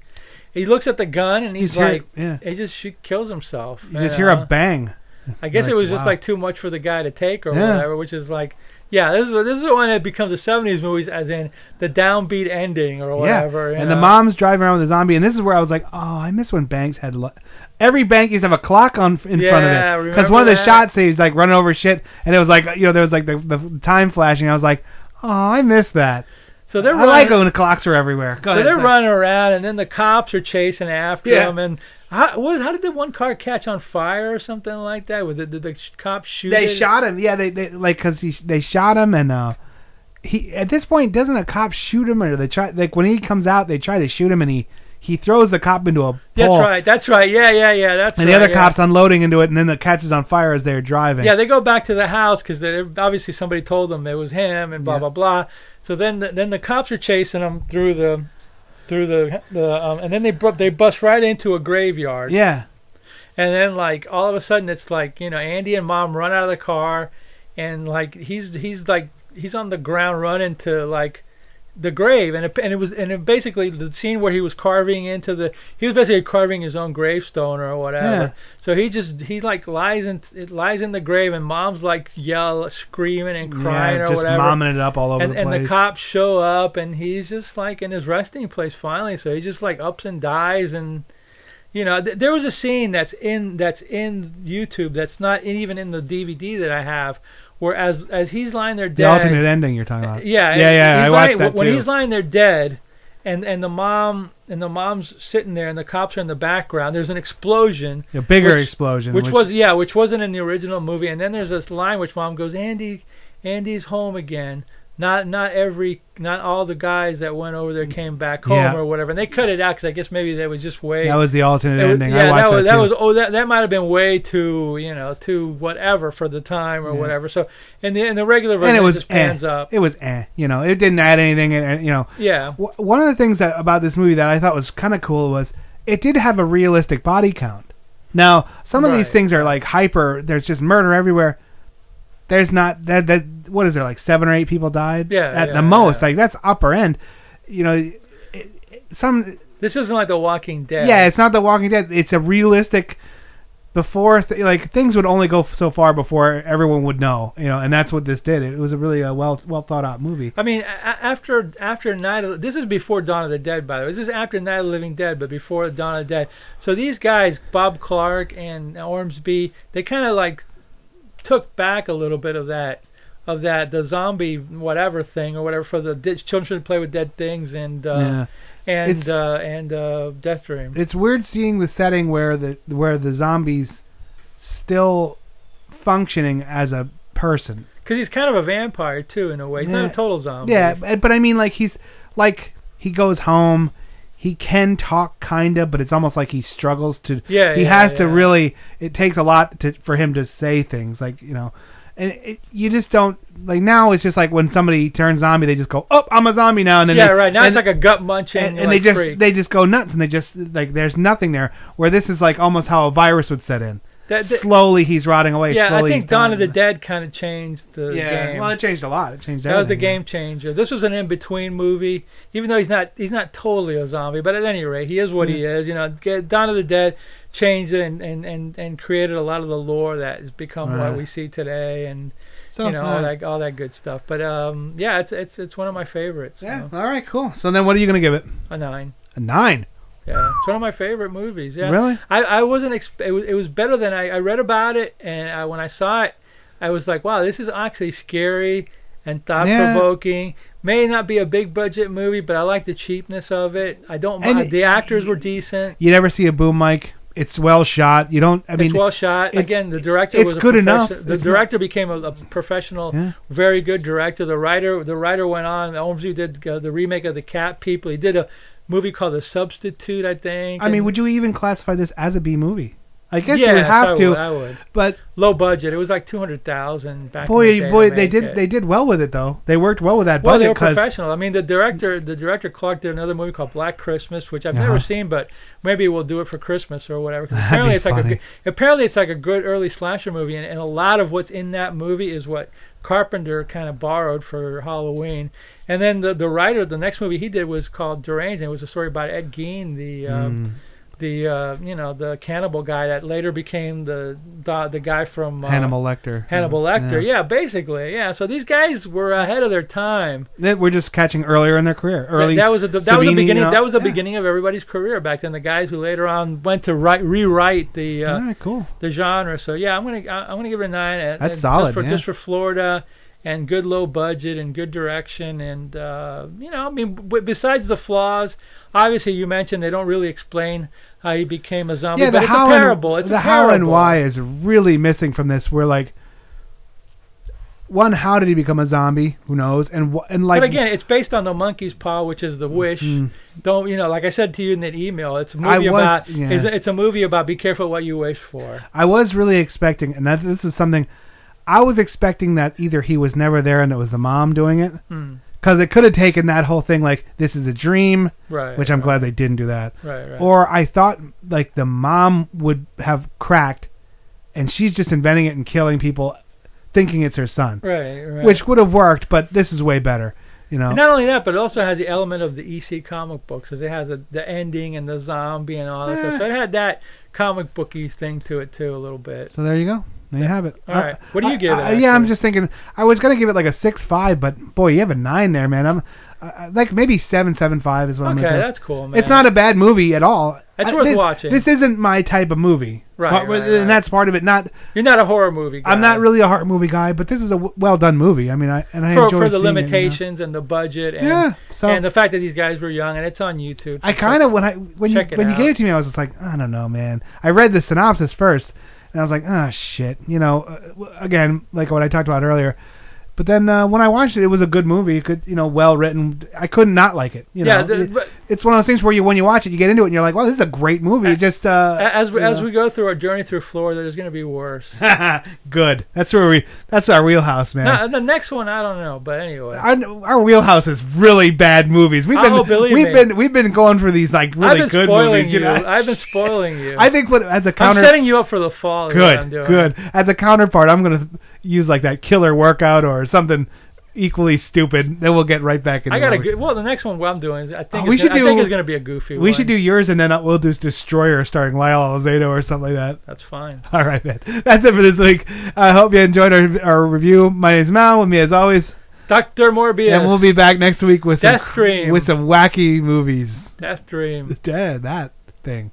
Speaker 2: he looks at the gun, and he's
Speaker 1: He's here-
Speaker 2: like,
Speaker 1: yeah.
Speaker 2: he just shoot, kills himself. uh,
Speaker 1: You just hear a bang.
Speaker 2: I guess
Speaker 1: like,
Speaker 2: it was
Speaker 1: wow.
Speaker 2: just like too much for the guy to take or
Speaker 1: Yeah.
Speaker 2: whatever, which is like. Yeah, this is this is the one that becomes a '70s movies, as in the downbeat ending or whatever.
Speaker 1: yeah.
Speaker 2: you
Speaker 1: And the
Speaker 2: know.
Speaker 1: mom's driving around with a zombie, and this is where I was like, oh, I miss when banks had. Lo- Every bank used to have a clock on in front
Speaker 2: Yeah,
Speaker 1: of it
Speaker 2: remember
Speaker 1: one of the
Speaker 2: that?
Speaker 1: shots he was like running over shit, and it was like you know there was like the, the time flashing. I was like, oh, I miss that.
Speaker 2: So they're
Speaker 1: I like
Speaker 2: running-
Speaker 1: when the clocks are everywhere. Go
Speaker 2: so
Speaker 1: ahead,
Speaker 2: they're
Speaker 1: sorry.
Speaker 2: running around, and then the cops are chasing after
Speaker 1: Yeah.
Speaker 2: them. And how, what, how did the one car catch on fire or something like that? Was it, did the sh- cops shoot?
Speaker 1: They
Speaker 2: it?
Speaker 1: shot him. Yeah, they they like because he they shot him and uh he at this point doesn't a cop shoot him or they try like when he comes out they try to shoot him and he he throws the cop into a pole.
Speaker 2: That's right. That's right. Yeah, yeah, yeah. That's
Speaker 1: And
Speaker 2: right,
Speaker 1: the other
Speaker 2: yeah.
Speaker 1: cops unloading into it and then the catches on fire as they're driving.
Speaker 2: Yeah, they go back to the house because obviously somebody told them it was him and blah
Speaker 1: Yeah.
Speaker 2: blah blah. So then the, then the cops are chasing them through the through the the um, and then they br- they bust right into a graveyard.
Speaker 1: yeah.
Speaker 2: And then like all of a sudden it's like, you know, Andy and mom run out of the car and like he's he's like he's on the ground running to like the grave, and it, and it was and it basically the scene where he was carving into the he was basically carving his own gravestone or whatever. So he just he like lies in it lies in the grave, and mom's like yell screaming and crying
Speaker 1: yeah,
Speaker 2: or
Speaker 1: just
Speaker 2: whatever.
Speaker 1: momming it up all over
Speaker 2: and,
Speaker 1: the place.
Speaker 2: and the cops show up, and he's just like in his resting place finally. So he just like ups and dies, and you know, th- there was a scene that's in that's in YouTube that's not in, even in the DVD that I have, where as as he's lying there
Speaker 1: the
Speaker 2: dead,
Speaker 1: alternate ending you're talking about.
Speaker 2: yeah,
Speaker 1: yeah,
Speaker 2: and
Speaker 1: yeah.
Speaker 2: he's
Speaker 1: I
Speaker 2: lying-
Speaker 1: watched that
Speaker 2: when
Speaker 1: too.
Speaker 2: he's lying there dead, and and the mom and the mom's sitting there, and the cops are in the background. There's an explosion,
Speaker 1: a bigger
Speaker 2: which-
Speaker 1: explosion,
Speaker 2: which, was yeah, which wasn't in the original movie. And then there's this line which mom goes, "Andy, Andy's home again." Not not every not all the guys that went over there came back home
Speaker 1: Yeah.
Speaker 2: or whatever, and they cut it out because I guess maybe that was just way
Speaker 1: that was the alternate
Speaker 2: it was-
Speaker 1: ending.
Speaker 2: Yeah,
Speaker 1: I watched
Speaker 2: that was that
Speaker 1: too.
Speaker 2: was oh that that might have been way too you know too whatever for the time or
Speaker 1: Yeah.
Speaker 2: whatever. So in the in the regular
Speaker 1: and
Speaker 2: version
Speaker 1: it was
Speaker 2: just pans
Speaker 1: eh.
Speaker 2: up.
Speaker 1: It was eh. You know, it didn't add anything. And, and, you know,
Speaker 2: Yeah.
Speaker 1: W- one of the things that about this movie that I thought was kind of cool was it did have a realistic body count. Now, some of
Speaker 2: Right.
Speaker 1: these things are like hyper. There's just murder everywhere. There's not that that what is there like seven or eight people died
Speaker 2: Yeah,
Speaker 1: at
Speaker 2: yeah,
Speaker 1: the most.
Speaker 2: yeah.
Speaker 1: Like that's upper end. You know, it, it- some
Speaker 2: This isn't like The Walking Dead.
Speaker 1: yeah, it's not The Walking Dead. It's a realistic. Before th- like things would only go f- so far before everyone would know, you know, and that's what this did. It was a really uh, well well thought out movie.
Speaker 2: I mean, a- a- after after Night of this is before Dawn of the Dead, by the way. This is after Night of the Living Dead, but before Dawn of the Dead. So these guys, Bob Clark and Ormsby, they kind of like took back a little bit of that of that the zombie whatever thing or whatever for the di- children play with dead things and uh, and
Speaker 1: It's-
Speaker 2: uh, and uh, Death Dream.
Speaker 1: It's weird seeing the setting where the where the zombies still functioning as a person.
Speaker 2: Because he's kind of a vampire too, in a way. He's
Speaker 1: Yeah.
Speaker 2: not a total zombie.
Speaker 1: Yeah, but, but I mean like he's like he goes home, he can talk kinda, but it's almost like he struggles to
Speaker 2: Yeah,
Speaker 1: he
Speaker 2: yeah,
Speaker 1: has to
Speaker 2: yeah.
Speaker 1: really it takes a lot to for him to say things like, you know, and it, you just don't like now it's just like when somebody turns zombie they just go, "Oh, I'm a zombie now." And then
Speaker 2: yeah,
Speaker 1: they-
Speaker 2: right. Now
Speaker 1: and-
Speaker 2: it's like a gut munching
Speaker 1: and, and
Speaker 2: like,
Speaker 1: they just
Speaker 2: freak.
Speaker 1: they just go nuts and they just like there's nothing there where this is like almost how a virus would set in
Speaker 2: That- that-
Speaker 1: slowly he's rotting away
Speaker 2: yeah, I
Speaker 1: slowly
Speaker 2: think
Speaker 1: he's
Speaker 2: Dawn
Speaker 1: dying.
Speaker 2: of the Dead kind of changed the
Speaker 1: yeah
Speaker 2: game.
Speaker 1: well it changed a lot it changed
Speaker 2: that was the
Speaker 1: everything.
Speaker 2: game changer. This was an in between movie, even though he's not he's not totally a zombie, but at any rate, he is what he
Speaker 1: Mm-hmm.
Speaker 2: is. You know, Get- Dawn of the Dead changed it and, and, and, and created a lot of the lore that has become
Speaker 1: Right.
Speaker 2: what we see today, and
Speaker 1: So,
Speaker 2: you know all
Speaker 1: uh,
Speaker 2: that all that good stuff. But um, yeah, it's it's it's one of my favorites.
Speaker 1: yeah
Speaker 2: so.
Speaker 1: all right cool so then what are you gonna give it
Speaker 2: a nine.
Speaker 1: a nine
Speaker 2: Yeah, it's one of my favorite movies. Yeah,
Speaker 1: Really?
Speaker 2: I I wasn't. Exp- it was it was better than I I read about it, and I, when I saw it, I was like, wow, this is actually scary and thought provoking. May not be a big budget movie, but I like the cheapness of it. I don't
Speaker 1: And
Speaker 2: mind.
Speaker 1: it-
Speaker 2: the actors were decent.
Speaker 1: you never see a boom mic it's well shot you don't I mean
Speaker 2: it's well shot.
Speaker 1: it's-
Speaker 2: Again, the director
Speaker 1: it's
Speaker 2: was a
Speaker 1: good enough.
Speaker 2: profession- The
Speaker 1: It's not-
Speaker 2: director became a, a professional,
Speaker 1: Yeah.
Speaker 2: very good director. The writer, the writer went on. Ormsby did uh, the remake of the Cat People. He did a movie called The Substitute, I think.
Speaker 1: I mean
Speaker 2: and-
Speaker 1: would you even classify this as a B movie I guess
Speaker 2: yeah,
Speaker 1: you would
Speaker 2: I
Speaker 1: have to
Speaker 2: Would, I would.
Speaker 1: but
Speaker 2: Low budget. It was like two hundred thousand back. in the
Speaker 1: boy
Speaker 2: day
Speaker 1: boy
Speaker 2: to
Speaker 1: they
Speaker 2: make
Speaker 1: did
Speaker 2: it.
Speaker 1: they did well with it though they worked well with that
Speaker 2: Well, they were
Speaker 1: budget 'cause-
Speaker 2: professional. I mean, the director, the director Clark did another movie called Black Christmas, which I've never
Speaker 1: Uh-huh.
Speaker 2: seen, but maybe we'll do it for Christmas or whatever. 'cause
Speaker 1: That'd
Speaker 2: apparently,
Speaker 1: be
Speaker 2: it's like a
Speaker 1: funny.
Speaker 2: good, apparently it's like a good early slasher movie, and, and a lot of what's in that movie is what Carpenter kind of borrowed for Halloween. And then the the writer, the next movie he did was called Deranged, and it was a story about Ed Gein, the um,
Speaker 1: Mm.
Speaker 2: the uh, you know the cannibal guy that later became the the, the guy from uh,
Speaker 1: Hannibal Lecter
Speaker 2: Hannibal Lecter. Yeah. basically. Yeah. So these guys were ahead of their time.
Speaker 1: That we're just catching earlier in their career. Early.
Speaker 2: that was the, that was the
Speaker 1: Savini,
Speaker 2: beginning.
Speaker 1: you know?
Speaker 2: That was the
Speaker 1: Yeah.
Speaker 2: beginning of everybody's career back then. The guys who later on went to write, rewrite the uh,
Speaker 1: All right, cool.
Speaker 2: the genre. So yeah, I'm gonna I- I'm gonna give it a nine. uh,
Speaker 1: That's
Speaker 2: and Just
Speaker 1: solid,
Speaker 2: for,
Speaker 1: yeah.
Speaker 2: just for Florida. And good low budget and good direction and uh, you know I mean b- besides the flaws, obviously you mentioned they don't really explain how he became a zombie.
Speaker 1: yeah,
Speaker 2: but
Speaker 1: the
Speaker 2: it's
Speaker 1: how
Speaker 2: a parable.
Speaker 1: and
Speaker 2: it's
Speaker 1: the
Speaker 2: a
Speaker 1: how
Speaker 2: parable.
Speaker 1: and why is really missing from this. We're like, one, how did he become a zombie? Who knows? And wh- and like,
Speaker 2: but again, it's based on the monkey's paw, which is the wish. Don't you know? Like I said to you in that email, it's a
Speaker 1: Mm-hmm. I
Speaker 2: movie
Speaker 1: was-
Speaker 2: about.
Speaker 1: yeah.
Speaker 2: It's, it's a movie about be careful what you wish for.
Speaker 1: I was really expecting, and that this is something, I was expecting that either he was never there and it was the mom doing it,
Speaker 2: Hmm.
Speaker 1: because it could have taken that whole thing like this is a dream,
Speaker 2: Right,
Speaker 1: which I'm
Speaker 2: right.
Speaker 1: glad they didn't do that.
Speaker 2: Right, right.
Speaker 1: Or I thought like the mom would have cracked, and she's just inventing it and killing people, thinking it's her son.
Speaker 2: Right, right.
Speaker 1: which would have worked, but this is way better. You know,
Speaker 2: And not only that, but it also has the element of the EC comic books, because it has the the ending and the zombie and all that
Speaker 1: Eh.
Speaker 2: stuff. So it had that comic booky thing to it too, a little bit.
Speaker 1: So there you go. There you have it.
Speaker 2: All right. What do you
Speaker 1: I-
Speaker 2: give it,
Speaker 1: I- yeah, I'm
Speaker 2: actually?
Speaker 1: just thinking. I was gonna give it like a six five, but boy, you have a nine there, man. I'm uh, like maybe seven seven five is what I'm
Speaker 2: okay,
Speaker 1: gonna. do.
Speaker 2: that's cool, man.
Speaker 1: It's not a bad movie at all.
Speaker 2: That's
Speaker 1: I-
Speaker 2: worth
Speaker 1: this,
Speaker 2: watching.
Speaker 1: This isn't my type of movie.
Speaker 2: Right,
Speaker 1: But-
Speaker 2: right,
Speaker 1: and
Speaker 2: right.
Speaker 1: that's part of it. Not
Speaker 2: You're not a horror movie guy.
Speaker 1: I'm not really a horror movie guy, but this is a w- well done movie. I mean, I and I
Speaker 2: for,
Speaker 1: enjoy
Speaker 2: for the
Speaker 1: seeing it, you know.
Speaker 2: limitations and the budget and
Speaker 1: Yeah, so-
Speaker 2: and the fact that these guys were young and it's on YouTube.
Speaker 1: I kind of when I when you
Speaker 2: Check it
Speaker 1: when you gave
Speaker 2: out.
Speaker 1: it to me, I was just like, I don't know, man. I read the synopsis first, and I was like, ah, shit. You know, uh, w- again, like what I talked about earlier. But then uh, when I watched it, it was a good movie. It could, you know, well written. I could not like it. You
Speaker 2: Yeah,
Speaker 1: know,
Speaker 2: the-
Speaker 1: It-
Speaker 2: but-
Speaker 1: it's one of those things where you when you watch it, you get into it, and you're like, wow, this is a great movie. It just uh,
Speaker 2: A- as we,
Speaker 1: you
Speaker 2: as
Speaker 1: know.
Speaker 2: we go through our journey through Florida, there's going to be worse.
Speaker 1: good. That's where we. That's our wheelhouse, man.
Speaker 2: Now, the next one, I don't know, but anyway.
Speaker 1: our, our wheelhouse is really bad movies. We've been
Speaker 2: Oh, believe
Speaker 1: we've
Speaker 2: me.
Speaker 1: been we've been going for these like
Speaker 2: I've
Speaker 1: really
Speaker 2: been
Speaker 1: good
Speaker 2: spoiling
Speaker 1: movies.
Speaker 2: you.
Speaker 1: You know,
Speaker 2: I've been spoiling you.
Speaker 1: I think what as a counter
Speaker 2: I'm setting you up for the fall. is what I'm
Speaker 1: good
Speaker 2: doing.
Speaker 1: good as a counterpart, I'm gonna use like that killer workout or something equally stupid. Then we'll get right back into.
Speaker 2: I got a
Speaker 1: what we-
Speaker 2: good. Well, the next one what I'm doing is I think
Speaker 1: Oh, we
Speaker 2: it's gonna-
Speaker 1: should
Speaker 2: I think
Speaker 1: do-
Speaker 2: it's going to be a goofy one.
Speaker 1: We should do yours and then uh, we'll do Destroyer starring Lyle Alzado or something like that.
Speaker 2: That's fine.
Speaker 1: All right, man. That's it for this week. I hope you enjoyed our, our review. My name is Mal. With me as always,
Speaker 2: Doctor Morbius.
Speaker 1: and we'll be back next week with
Speaker 2: Death
Speaker 1: some
Speaker 2: Dream.
Speaker 1: with some wacky movies.
Speaker 2: Death Dream.
Speaker 1: Yeah, that thing.